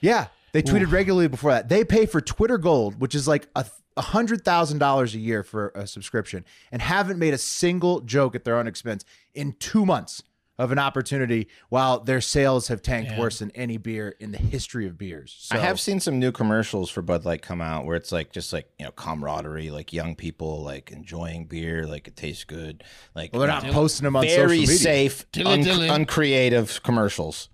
Yeah, they tweeted regularly before that. They pay for Twitter Gold, which is like a a hundred thousand dollars a year for a subscription, and haven't made a single joke at their own expense in two months of an opportunity. While their sales have tanked worse than any beer in the history of beers. So,
I have seen some new commercials for Bud Light come out where it's like just like you know camaraderie, like young people like enjoying beer, like it tastes good, like
Well, they're not posting them on social
very
media.
safe,
Dilly
un-
dilly.
uncreative commercials.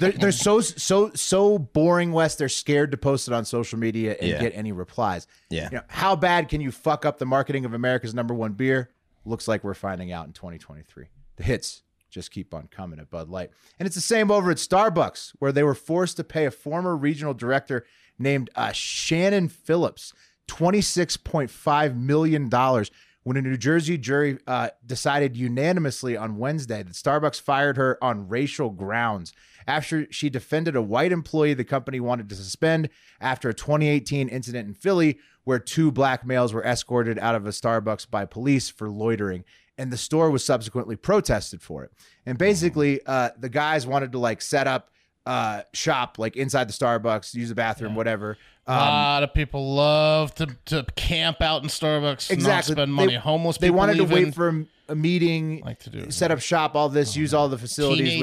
they're, they're so so so boring west they're scared to post it on social media and
Yeah.
get any replies
Yeah.
you know, how bad can you fuck up the marketing of america's number one beer looks like we're finding out in 2023 the hits just keep on coming at bud light and it's the same over at starbucks where they were forced to pay a former regional director named uh, shannon phillips $26.5 million when a New Jersey jury uh, decided unanimously on Wednesday that Starbucks fired her on racial grounds after she defended a white employee the company wanted to suspend after a 2018 incident in Philly where two black males were escorted out of a Starbucks by police for loitering. And the store was subsequently protested for it. And basically, uh, the guys wanted to like set up uh, shop like inside the Starbucks, use the bathroom, whatever.
a
Um,
lot of people love to, to camp out in Starbucks,
exactly
exactly. not spend money.
They-
Homeless
they
people
wanted to
leaving,
wait for a- a meeting
like to do it. Oh,
set up shop all this use all the facilities
teenagers,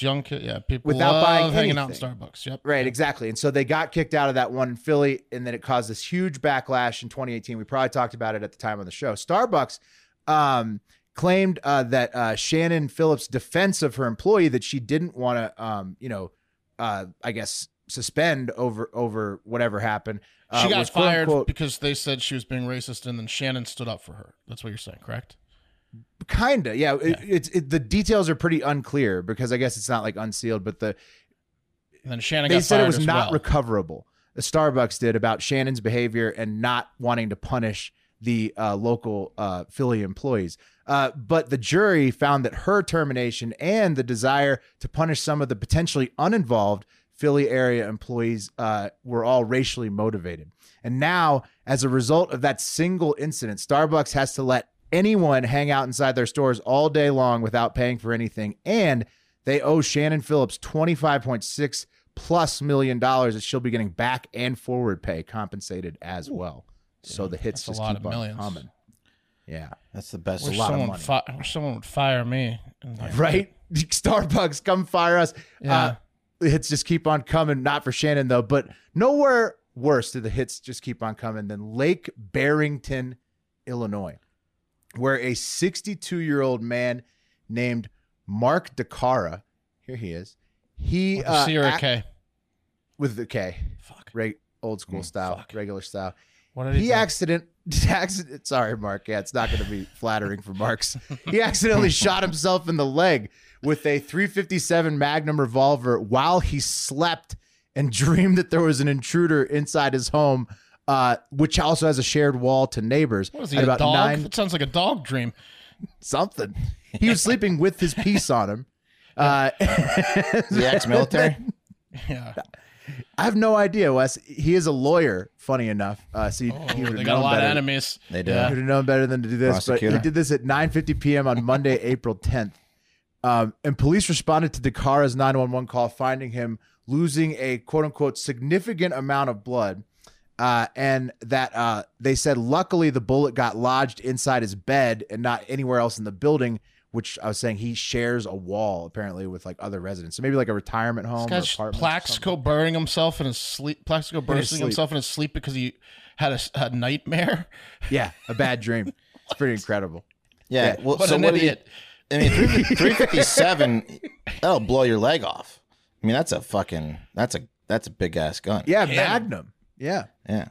without
young kids. Yeah, people
without
love
buying
hanging out in
anything.
Starbucks. Yep.
right exactly and so they got kicked out of that one in philly and then it caused this huge backlash in 2018 we probably talked about it at the time on the show starbucks um claimed uh, that uh, Shannon Phillips' defense of her employee that she didn't want to, um, you know, uh, I guess suspend over over whatever happened. Uh,
she got
was, quote,
fired
unquote,
because they said she was being racist, and then Shannon stood up for her. That's what you're saying, correct?
kinda yeah, It, it's it, the details are pretty unclear because i guess it's not like unsealed but the
And then Shannon
they
got
said it
fired
was
as
not
well.
recoverable starbucks did about shannon's behavior and not wanting to punish the uh, local uh, philly employees uh, but the jury found that her termination and the desire to punish some of the potentially uninvolved philly area employees uh, were all racially motivated and now as a result of that single incident starbucks has to let anyone hang out inside their stores all day long without paying for anything. And they owe Shannon Phillips 25.6 plus million dollars that she'll be getting back and forward pay compensated as well. So the hits
that's a
just
lot
keep
of
on
millions.
coming. Yeah.
That's the best.
Wish
lot of
someone,
money.
fi- wish someone would fire me. And like,
Right? <laughs> Starbucks, come fire us. Uh,
Yeah.
the hits just keep on coming. Not for Shannon, though, but nowhere worse do the hits just keep on coming than Lake Barrington, Illinois, where a 62 year old man named Mark DeCara, here he is, he
<laughs> With a
uh,
C or a
act-
K.
with the K,
Fuck.
reg- old school style,
Mm, fuck.
regular style
What did he,
he
do?
accident <laughs> accident sorry mark yeah it's not going to
<laughs>
be flattering for marks he accidentally shot himself in the leg with a 357 magnum revolver while he slept and <laughs> dreamed that there was an intruder inside his home uh, which also has a shared wall to neighbors
What is he,
At
a dog? That sounds like a dog dream. <laughs>
something he was sleeping with his piece on
<laughs>
him uh, <laughs>
Is he ex-military?
Yeah.
I have no idea, Wes. He is a lawyer. Funny enough, uh, so you,
Oh,
he would
they
have
got a
known
lot
better.
of enemies.
They do.
Could have known better than to do this,
Prosecutor.
but he did this at 9:50 p.m. on Monday, <laughs> April 10th. Um, and police responded to Dakara's 911 call, finding him losing a "quote unquote" significant amount of blood, uh, and that uh, they said luckily the bullet got lodged inside his bed and not anywhere else in the building. Which I was saying he shares a wall apparently with like other residents, so maybe like a retirement home.
This
or
guy's
apartment or
Plaxico
something.
burning himself in his sleep. Plaxico bursting
sleep.
himself in his sleep because he had a, s-
<laughs>
a nightmare.
Yeah, a bad dream. It's pretty incredible.
Yeah. Well,
What
so
an
what
idiot.
Did he, I
<laughs>
mean, 350 357. That'll blow your leg off. I mean, that's a fucking. That's a. That's a big ass gun.
Yeah, Magnum. Yeah.
Yeah.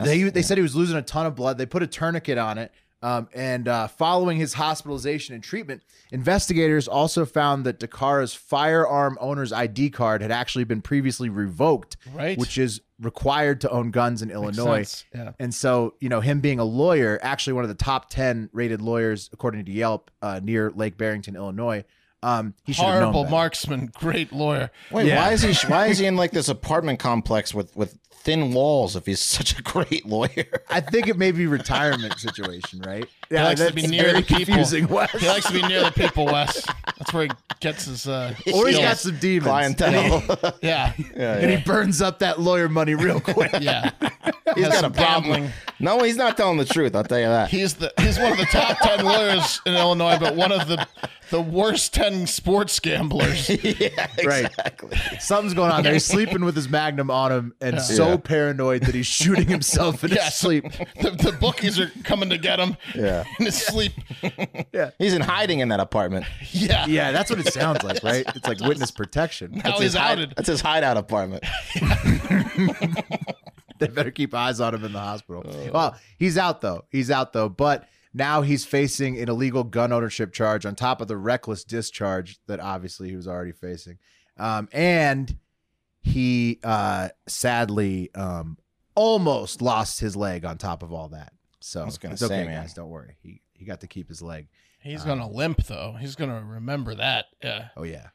They they said he was losing a ton of blood. They put a tourniquet on it. Um, and uh, following his hospitalization and treatment, investigators also found that Dakara's firearm owner's ID card had actually been previously revoked,
Right.
which is required to own guns in Illinois.
sense, yeah.
And so, you know, him being a lawyer, actually one of the top 10 rated lawyers, according to Yelp, uh, near Lake Barrington, Illinois, um, he should have known
Horrible
better.
marksman, great lawyer.
Wait, why is he? Why is
<laughs>
he in like this apartment complex with with thin walls? If he's such a great lawyer.
I think it may be retirement situation, right? Yeah,
likes to be
that's
near
very
the people.
confusing, Wes.
He likes to be near the
<laughs>
people, Wes. That's where he gets his. Uh,
Or he's
skills.
got some demons.
Clientele.
<laughs>
Yeah,
and he burns up that lawyer money real quick.
yeah.
<laughs> he's
Has
got a
some
problem.
gambling.
No, he's not telling the truth. I'll tell you
<laughs>
that.
He's the he's one of the top ten lawyers in Illinois, but one of the the worst ten sports
<laughs>
gamblers.
yeah,
<laughs> Right.
exactly.
Something's going on there. He's sleeping with his magnum on him and so
Yeah.
paranoid that he's shooting himself <laughs> in
Yeah,
his
so
sleep.
<laughs> The, the bookies are coming to get him.
Yeah.
<laughs> in his sleep.
He's in hiding in that apartment.
Oh, Yeah,
Yeah, that's what it sounds like, right? It's like witness protection.
Now he's outed.
That's his hideout apartment.
<laughs> They better keep eyes on him in the hospital.
Oh.
Well, he's out though. He's out though, but now he's facing an illegal gun ownership charge on top of the reckless discharge that obviously he was already facing. Um, and he uh, sadly um, almost lost his leg on top of all that. So
was gonna
it's okay,
say, man.
guys, don't worry. He he got to keep his leg.
He's gonna limp though. He's gonna remember that. Yeah.
Oh yeah,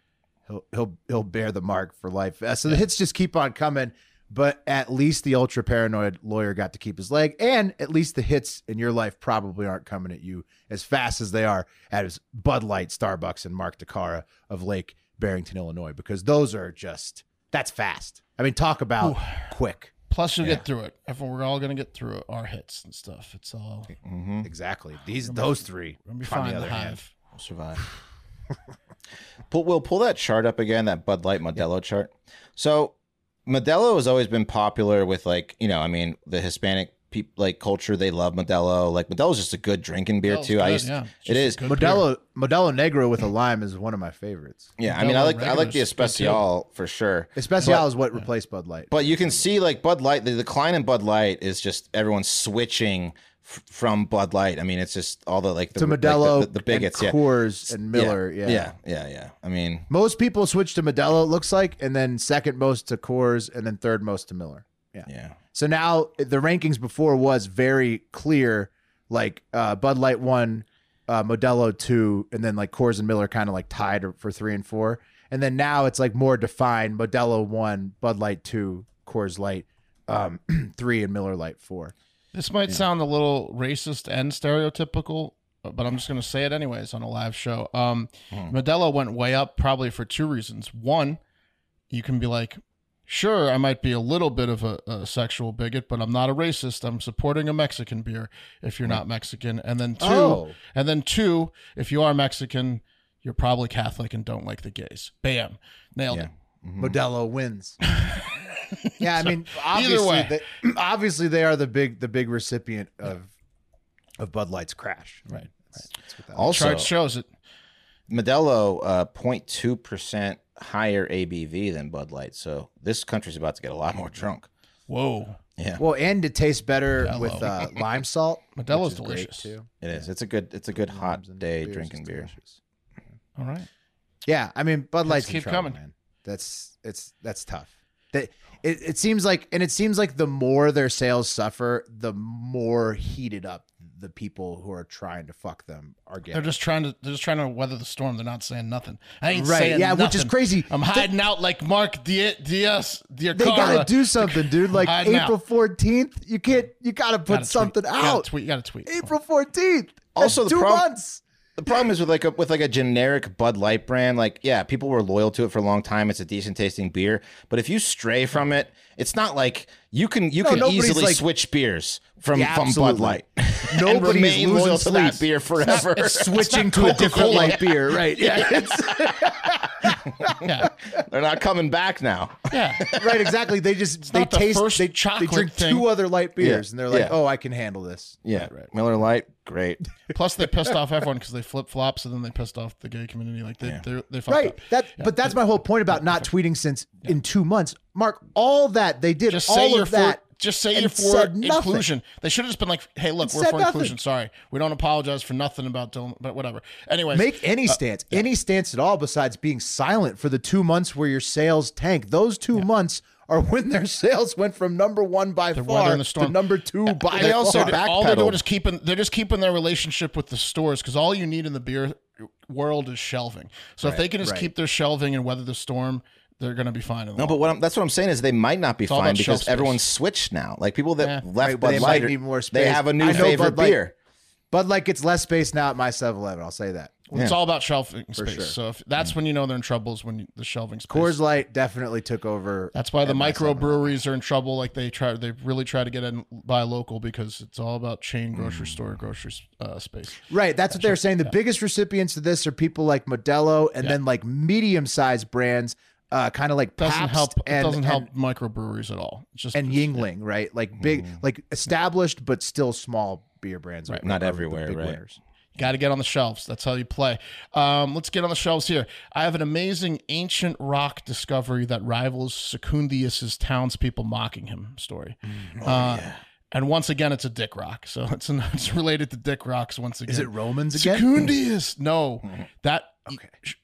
he'll he'll he'll bear the mark for life. Uh, so the hits just keep on coming, but at least the ultra paranoid lawyer got to keep his leg, and at least the hits in your life probably aren't coming at you as fast as they are at his Bud Light, Starbucks, and Mark DeCara of Lake Barrington, Illinois, because those are just that's fast. I mean, talk about quick.
Plus, you'll get through it. Everyone, we're all gonna get through it. Our hits and stuff. It's all. We're
Mm-hmm. Exactly. These those three
gonna be
on
fine.
the
The
other hand.
hive.
We'll survive. <sighs> Pull, Will, pull that chart up again, that Bud Light Modelo chart. So Modelo has always been popular with like, you know, I mean, the Hispanic people like culture. They love Modelo. Like Modelo's just a good drinking beer
Modelo's
too. I
good,
used
yeah. Oh, It's
it
just
is.
good.
Modelo Modelo Negro with a lime is one of my favorites.
Yeah, I mean, I
Modelo
like I like
regular's
the
good, too.
Especial for sure.
Especial is what replaced Bud Light.
But you can see like Bud Light, the decline in Bud Light is just everyone switching f- from Bud Light. I mean, it's just all the like the
to
like,
Modelo,
the, the, the bigots, yeah.
and Coors, and Miller. Yeah.
yeah, yeah, yeah. I mean,
Most people switch to Modelo, it looks like, and then second most to Coors, and then third most to Miller. Yeah.
yeah,
So now eh, the rankings before was very clear, like uh, Bud Light one, uh, Modelo two, and then like Coors and Miller kind of like tied for three and four. And then now it's like more defined: Modelo one, Bud Light two, Coors Light um, <clears throat> three, and Miller Light four.
This might sound a little racist and stereotypical, uh, but I'm just going to say it anyways on a live show. Um,
Hmm.
Modelo went way up probably for two reasons. One, you can be like, sure, I might be a little bit of a, a sexual bigot, but I'm not a racist. I'm supporting a Mexican beer if you're not Mexican. And then two,
Oh.
and then two, if you are Mexican, you're probably Catholic and don't like the gays. Bam, nailed
yeah.
it.
Modelo
<laughs>
wins. yeah, I mean,
Either
obviously,
way.
They, <clears throat> obviously they are the big the big recipient of of Bud Light's crash. Right. That's, that's what that
Also,
Chart shows it.
Modelo uh, 0.2 percent higher ABV than Bud Light. So this country's about to get a lot more drunk.
Whoa,
Yeah,
Well, and it tastes better
Modelo.
with
<laughs>
uh, lime salt. which is
Modelo's
great,
delicious.
too.
it is. It's a good. It's a good hot
Limes and
day
beers is
drinking beer.
delicious.
all right.
Yeah, I mean Bud Light's in
keep
trouble,
coming.
man. That's it's that's tough. That it, it seems like, and it seems like the more their sales suffer, the more heated up the people who are trying to fuck them are getting.
They're just trying to they're just trying to weather the storm. They're not saying nothing. I ain't
Right,
saying
yeah, which
nothing.
is crazy.
I'm
They-
hiding out like Mark Dia- Diaz Diacara.
They gotta do something, dude. Like
Hide now.
April fourteenth, you can't. You gotta put
Gotta tweet.
something
Gotta
out.
tweet. Gotta tweet.
April fourteenth.
Also, the
two
prob-
months.
The problem is with like a with like a generic Bud Light brand, like yeah, people were loyal to it for a long time. It's a decent tasting beer, but if you stray from it, it's not like you can you
No,
can
nobody's
easily
like-
switch beers from
Yeah,
from
absolutely.
Bud Light. <laughs> and
Nobody's
remain loyal
losing
to that
sleep. <laughs>
beer forever.
Switching to a different light beer, right? Yeah, it's,
Yeah,
<laughs> They're not coming
<laughs>
back now.
yeah.
<laughs> right. Exactly. They just they
not the
taste
first
they, they
chocolate
drink
thing.
two other light beers,
Yeah,
and they're like,
yeah.
"Oh, I can handle this."
Yeah, right. Miller Light, great.
Plus, they pissed off everyone because they flip flops, and then they pissed off the gay community. Like they they they fucked
Right.
up.
That.
Yeah.
But that's my whole point about not tweeting since in two months. Mark, all that they did,
just
all
say you're
of that.
for just say
and
you're for
said nothing.
inclusion. They should have just been like, hey, look,
And
we're
said
for
nothing.
inclusion. Sorry, we don't apologize for nothing about Dylan, but whatever. Anyways,
Make any
uh,
stance, any stance at all, besides being silent for the two months where your sales tank. Those two months are when their sales went from number one by far
weathering the storm.
to number two by
They
far.
also
Dude, all they're doing
backpedaled.
is keeping they're just keeping their relationship with the stores because all you need in the beer world is shelving. So if they can just
right.
keep their shelving and weather the storm, they're gonna be fine. In the
No, but what I'm, that's what I'm saying is they might not be
all
fine
about shelf
because
space.
everyone's switched now. Like people that
Yeah.
left
Right, but
Bud
they might
Light,
need more
they
space.
have a new
I know
favorite
Bud Light-
beer.
Bud Light gets less space now at my 7-Eleven. I'll say that.
long. It's all about shelving space.
sure.
So if that's when you know they're in trouble is when you, the shelving space.
Coors Light definitely took over.
that's why the microbreweries are in trouble. Like they try, they really try to get in buy local because it's all about chain grocery
Mm.
store, grocery uh, space.
Right, that's what they're saying. The biggest recipients of this are people like Modelo and then like medium-sized brands, uh, kind of like
Doesn't
Pabst
help. it
and, and,
doesn't help microbreweries at all. It's just
and
it's-
Yingling, right? Like big, like established but still small beer brands. Right,
Not everywhere, Mm-hmm. right.
Got to get on the shelves. That's how you play. Um, let's get on the shelves here. I have an amazing ancient rock discovery that rivals Secundius's townspeople mocking him story.
Mm. Oh,
uh, And once again, it's a dick rock. So <laughs> it's, an, it's related to dick rocks once again.
Is it Romans again? Mm-hmm.
Secundius? No. That.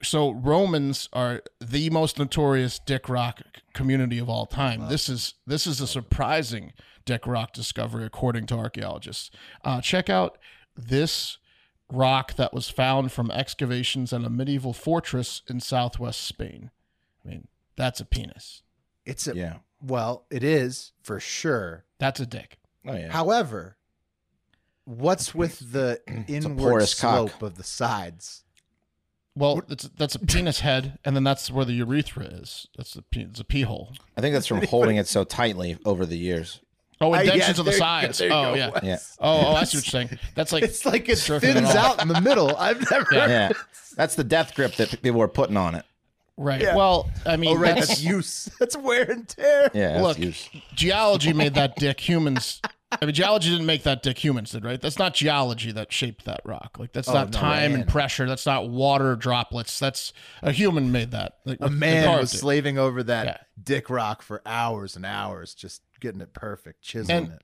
So Romans are the most notorious dick rock c- community of all time. This is this is a surprising dick rock discovery according to archaeologists. Uh, check out this rock that was found from excavations at a medieval fortress in southwest Spain. I mean, that's a penis.
It's a
Yeah.
well, it is for sure.
That's a dick.
Oh yeah.
However, what's with
<clears throat>
the inward
porous cock.
slope of the sides?
Well, that's that's a penis head, and then that's where the urethra is. That's the pe- it's a pee hole.
I think that's
<laughs>
from holding it so tightly over the years.
Oh,
I-
indentions
yeah,
on the
there you go,
sides.
there you
Oh
go,
yeah.
Wes.
Yeah.
Oh, oh, I see what you're saying. That's like
It's like it
surfing and
thins
all.
out in the middle.
<laughs>
I've never.
Yeah. <laughs> That's the death grip that people were putting on it.
Right. Well, I mean,
Oh, right.
that's,
That's use. That's wear and tear.
Yeah. that's
look,
used.
geology made that dick. Humans I mean, geology didn't make that dick. Humans did, right? That's not geology that shaped that rock. Like that's
Oh,
not
no,
time
man.
and pressure. That's not water droplets. That's a human made that. Like
A man was
slave.
slaving over that
Yeah.
dick rock for hours and hours, just getting it perfect, chiseling
And-
it.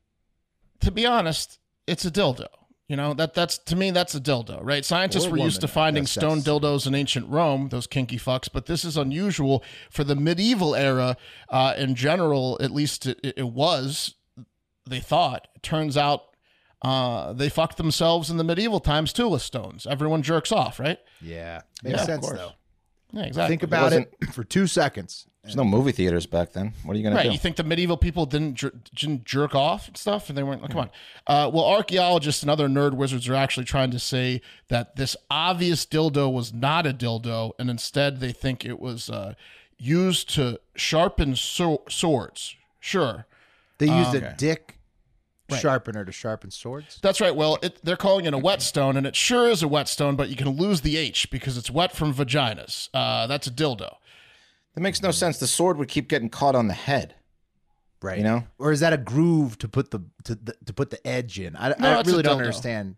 To be honest, it's a dildo. You know that that's to me that's a dildo, right? Scientists
Or
were
woman
used to
that
finding
has
stone
sex.
dildos in ancient Rome, those kinky fucks, but this is unusual for the medieval era. Uh, in general, at least it, it was. They thought. turns out. Uh, they fucked themselves in the medieval times too with stones. Everyone jerks off, right?
Yeah, makes
Yeah, of
sense
course.
though.
Yeah, exactly.
Think about it, for two seconds.
There's no movie theaters back then. What are you gonna
Right.
do?
You think the medieval people didn't, jer- didn't jerk off and stuff? And they weren't, like, come on. Uh, well, archaeologists and other nerd wizards are actually trying to say that this obvious dildo was not a dildo. And instead, they think it was uh, used to sharpen so- swords. Sure.
They used a dick
Oh, Right.
sharpener to sharpen swords.
That's right. Well, it, they're calling it a whetstone, and it sure is a whetstone, but you can lose the H because it's wet from vaginas. Uh, that's a dildo.
that makes no sense. The sword would keep getting caught on the head.
right
You know?
or is that a groove to put the to, the, to put the edge in i,
No,
I
it's a
really don't
dildo.
understand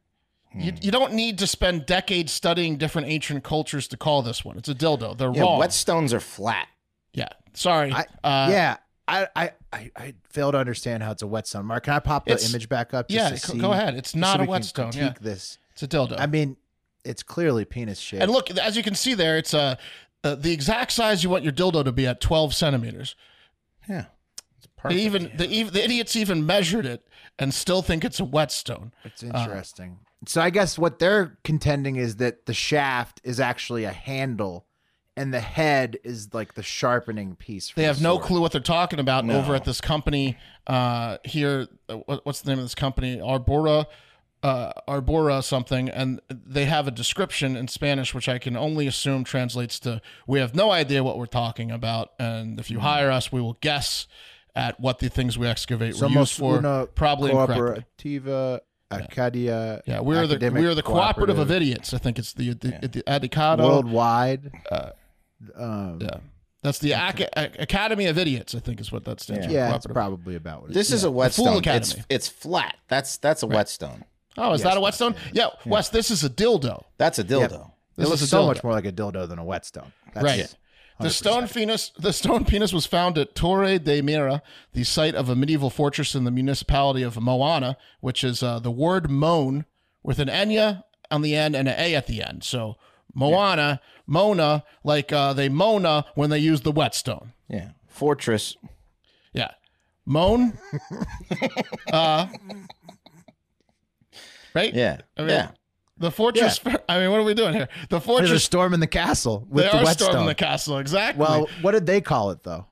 You, you don't need to spend decades studying different ancient cultures to call this one. It's a dildo. They're
Yeah,
wrong.
whetstones are flat.
Yeah. Sorry.
I-
uh,
yeah I, I i i fail to understand how it's a whetstone mark can i pop the
It's-
image back up just
Yeah.
to
go-
see-
go ahead. It's
just so
not a
we can
whetstone. Yeah.
critique this
It's a dildo.
i mean it's clearly penis shaped
and look, as you can see there, it's uh, uh, the exact size you want your dildo to be at 12 centimeters.
Yeah. It's
They even the, ev- the idiots even measured it and still think it's a whetstone.
it's interesting so i guess what they're contending is that the shaft is actually a handle and the head is like the sharpening piece for
They
the
have no
sword.
clue what they're talking about
No.
over at this company uh, here. uh, what- What's the name of this company? Arbora, uh, Arbora something. And they have a description in Spanish, which I can only assume translates to we have no idea what we're talking about. And if you hire us, we will guess at what the things we excavate were used
Somos
for.
una
probably incorrectly.
cooperativa Acadia.
Yeah, we're the
Academic
we're the cooperative of idiots. I think it's the the, the Adicado.
worldwide.
Uh,
um, yeah,
Yeah. That's the Ac- Ac- Academy of Idiots, I think is what that stands for.
it's
cooperative.
probably about what it
This
is.
is a
Fool
whetstone.
Academy.
It's it's flat. That's that's a whetstone.
Oh, is that a whetstone? Yeah, Wes, this is a dildo.
That's a dildo.
This
It looks
is a
so
dildo.
much more like a dildo than a whetstone. That's
right.
it.
The stone penis, the stone penis was found at Torre de Mira, the site of a medieval fortress in the municipality of Moana, which is uh, the word "moan" with an "enya" on the end and an "a" at the end. So Moana, Mona, like uh, they Mona when they use the whetstone.
Yeah. Fortress.
Yeah, moan.
<laughs>
uh, right.
Yeah.
I mean,
yeah.
The fortress. <laughs> I mean, what are we doing here? The
There's a
fortress.
storm in the castle with
They
the
are
whetstone.
storming the castle. Exactly.
well, what did they call it though?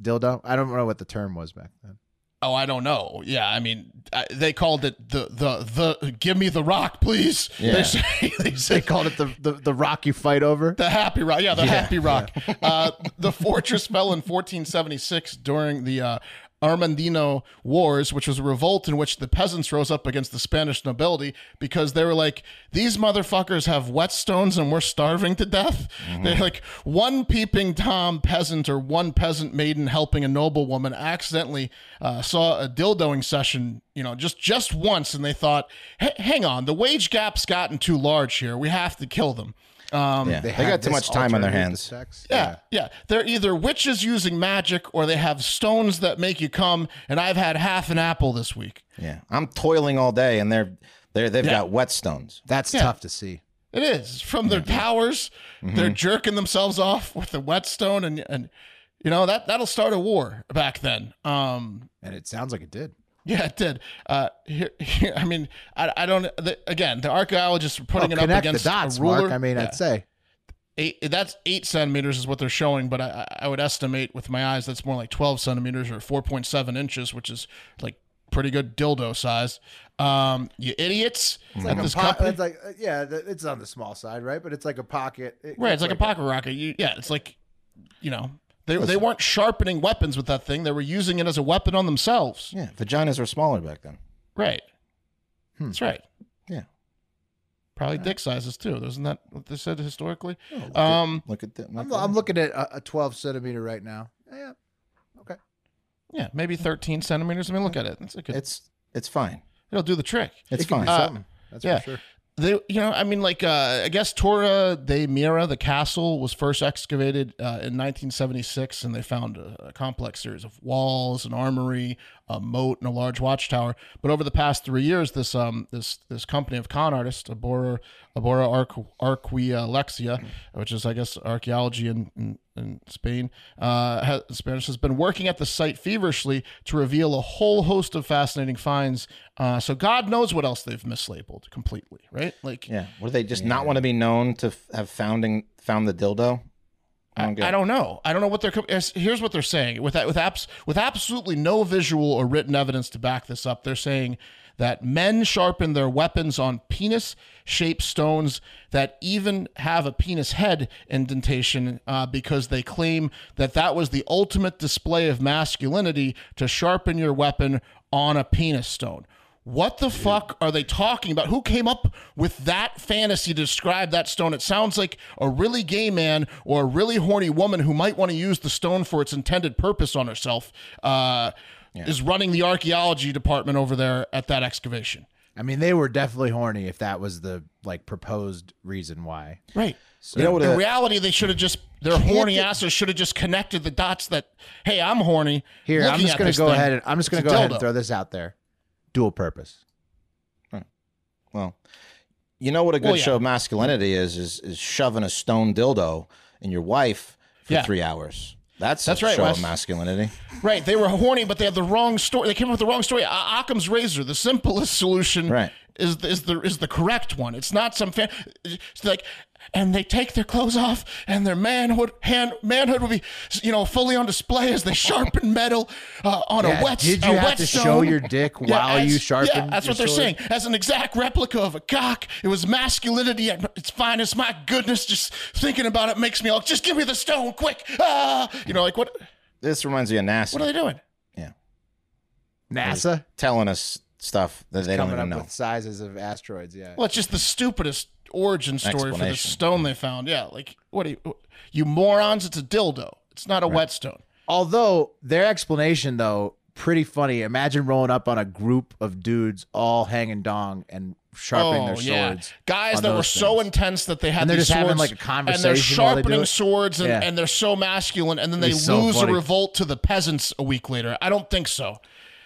Dildo. I don't know what the term was back then.
Oh, I don't know. Yeah, I mean, I, they called it the the the give me the rock, please.
Yeah.
<laughs> They say they
They
say
called it the the, the rock you fight over.
the happy rock. Yeah, the happy rock. <laughs> Uh, the fortress fell in 1476 during the uh, Armandino Wars, which was a revolt in which the peasants rose up against the Spanish nobility because they were like, these motherfuckers have whetstones and we're starving to death. They're like, one peeping Tom peasant or one peasant maiden helping a noblewoman accidentally uh, saw a dildoing session, you know, just, just once. And they thought, "Hey, hang on, the wage gap's gotten too large here. We have to kill them. Um,
yeah. They,
had
got too
this
much time on their
alternative to
hands.
sex.
yeah, yeah. They're either witches using magic or they have stones that make you come. And I've had half an apple this week.
Yeah. I'm toiling all day and they're they're they've got whetstones.
That's
Yeah.
tough to see.
It is from their
Mm-hmm.
towers. They're jerking themselves off with a whetstone, and and you know that that'll start a war back then. Um,
And it sounds like it did.
yeah, it did. Uh, here, here, I mean, I, I don't. The, again, the archaeologists were putting
Oh,
it up
connect the
against
dots,
a ruler.
Mark. I mean,
Yeah.
I'd say.
eight, that's eight centimeters is what they're showing, but I, I would estimate with my eyes that's more like 12 centimeters or 4.7 inches, which is like pretty good dildo size. Um, you idiots. at
like
this
a po-
company-
it's like uh, yeah, th- it's on the small side, right? But it's like a pocket. It-
right, it's like, a pocket rocket. You, yeah, it's like, you know, they, they weren't sharpening weapons with that thing, they were using it as a weapon on themselves.
Yeah. Vaginas were smaller back then.
Right. That's right.
Yeah.
Probably dick sizes too. Isn't that what they said historically? um,
Look at that.
I'm, I'm looking at a, a 12 centimeter right now. Yeah,
yeah, maybe 13 centimeters. I mean, look at it. It's a good
it's It's fine.
It'll do the trick.
It's fine.
Something. That's
Uh, yeah.
for sure.
They, you know, I mean, like, uh, I guess Torre de Mira, the castle, was first excavated uh, in 1976, and they found a, a complex series of walls, an armory, a moat, and a large watchtower. But over the past three years, this um this this company of con artists, Abora Abora Arque, Arquealexia, which is, I guess, archaeology in, in, in Spain, uh, has, Spanish has been working at the site feverishly to reveal a whole host of fascinating finds. Uh, so God knows what else they've mislabeled completely, right? Like,
yeah. What do they just not want to be known to f- have founding found the dildo? I don't get
I
it.
don't know. I don't know what they're. Here's what they're saying with that with apps with absolutely no visual or written evidence to back this up. They're saying that men sharpen their weapons on penis-shaped stones that even have a penis head indentation uh, because they claim that that was the ultimate display of masculinity to sharpen your weapon on a penis stone. What the fuck are they talking about? Who came up with that fantasy to describe that stone? It sounds like a really gay man or a really horny woman who might want to use the stone for its intended purpose on herself uh, is running the archaeology department over there at that excavation.
I mean, they were definitely horny if that was the like proposed reason why.
Right.
you know what?
In
uh,
reality, they should have just, their horny asses should have just connected the dots that, hey, I'm horny.
Here, I'm
Looking
just
at
gonna
this
go
thing.
ahead and I'm just gonna
It's a
go ahead
dildo.
and throw this out there. Dual purpose.
well, you know what a good
Well, yeah.
show of masculinity is, is is shoving a stone dildo in your wife for
Yeah.
three hours. That's
That's
a
right,
show
Wes.
of masculinity.
Right, they were horny, but they had the wrong story. They came up with the wrong story. O- Occam's razor, the simplest solution,
Right.
is is the is the correct one. It's not some fan. It's like, and they take their clothes off, and their manhood hand, manhood will be, you know, fully on display as they sharpen <laughs> metal uh, on
Yeah,
a wet.
did
a
you have
whet
to
stone.
show your dick while you
as-
sharpen
Yeah, that's
your
what they're
sword?
saying. As an exact replica of a cock, it was masculinity at its finest. My goodness, just thinking about it makes me all. Just give me the stone, quick! Ah, you know, like what?
This reminds me of NASA
What are they doing?
NASA
telling us stuff that they don't
coming up
even know.
with sizes of asteroids. Yeah.
Well, it's just the stupidest origin story for this
Explanation.
stone they found. Yeah, like what are you, you morons? It's a dildo. It's not a whetstone.
Although their explanation though, pretty funny. Imagine rolling up on a group of dudes all hanging dong and sharpening
Oh
their
yeah,
swords.
guys
on
that were
those
so
things.
intense that they had
And they're
these
just having,
swords,
like, a
and they're
conversation while they do
sharpening
it.
swords, and,
Yeah.
and they're so masculine, and then they
It'd be so
lose a
funny.
revolt to the peasants a week later. I don't think so.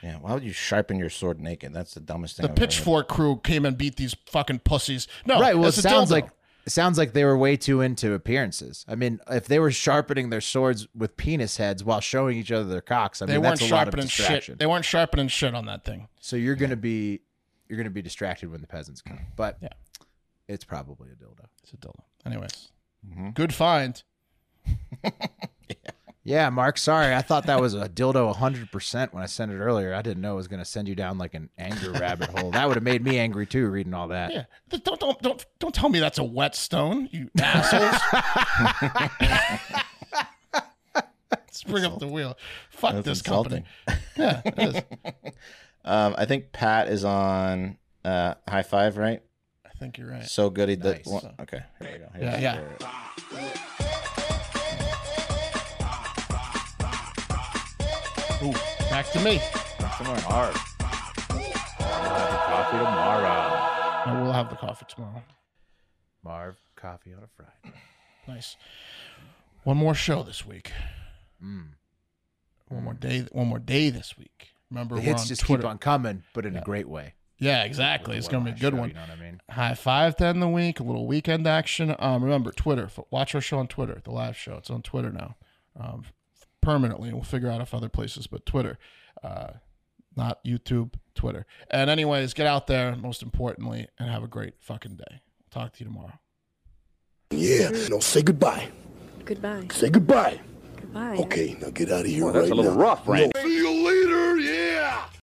Yeah, why would you sharpen your sword naked? That's the dumbest thing.
The
I've ever heard.
pitchfork crew came and beat these fucking pussies. No,
Right. Well, it
that's a
sounds
dildo.
like it sounds like they were way too into appearances. I mean, if they were sharpening their swords with penis heads while showing each other their cocks, I
they
mean,
weren't
that's a lot of
sharpening
distraction.
shit. They weren't sharpening shit on that thing.
so you're gonna be you're gonna be distracted when the peasants come. But
Yeah.
it's probably a dildo.
It's a dildo. Anyways,
Mm-hmm.
good find.
Yeah, Mark. Sorry, I thought that was a dildo 100 percent when I sent it earlier. I didn't know it was gonna send you down like an anger rabbit hole. That would have made me angry too, reading all that.
Yeah. Th- Don't don't don't don't tell me that's a whetstone, you assholes. <laughs> Let's bring up the wheel. Fuck
That's
this
insulting.
company. Yeah, it is.
<laughs> Um, I think Pat is on uh, high five, right?
I think you're right.
So good he did.
Nice.
one- okay, here we go. Here's
Yeah, yeah. Ooh, back to me.
Somewhere hard. Coffee tomorrow.
And we'll have the coffee tomorrow.
Marv, coffee on a Friday.
Nice. One more show this week.
Hmm.
One more day. One more day this week. Remember,
The
we're
hits
on
just
Twitter.
keep on coming, but in a great way.
Yeah, exactly. It's gonna be a
One-last
good
show,
one.
You know what I mean?
high five then the week, a little weekend action. Um, remember Twitter. F- Watch our show on Twitter, the live show. It's on Twitter now, um, f- permanently. We'll figure out if other places, but Twitter, uh, not YouTube, Twitter. And anyways, get out there. Most importantly, and have a great fucking day. Talk to you tomorrow.
Yeah, no, say goodbye.
Goodbye.
Say goodbye.
Goodbye.
Okay, now get out of here
Well, that's
right
a little
now.
rough, Randy.
No. See you later.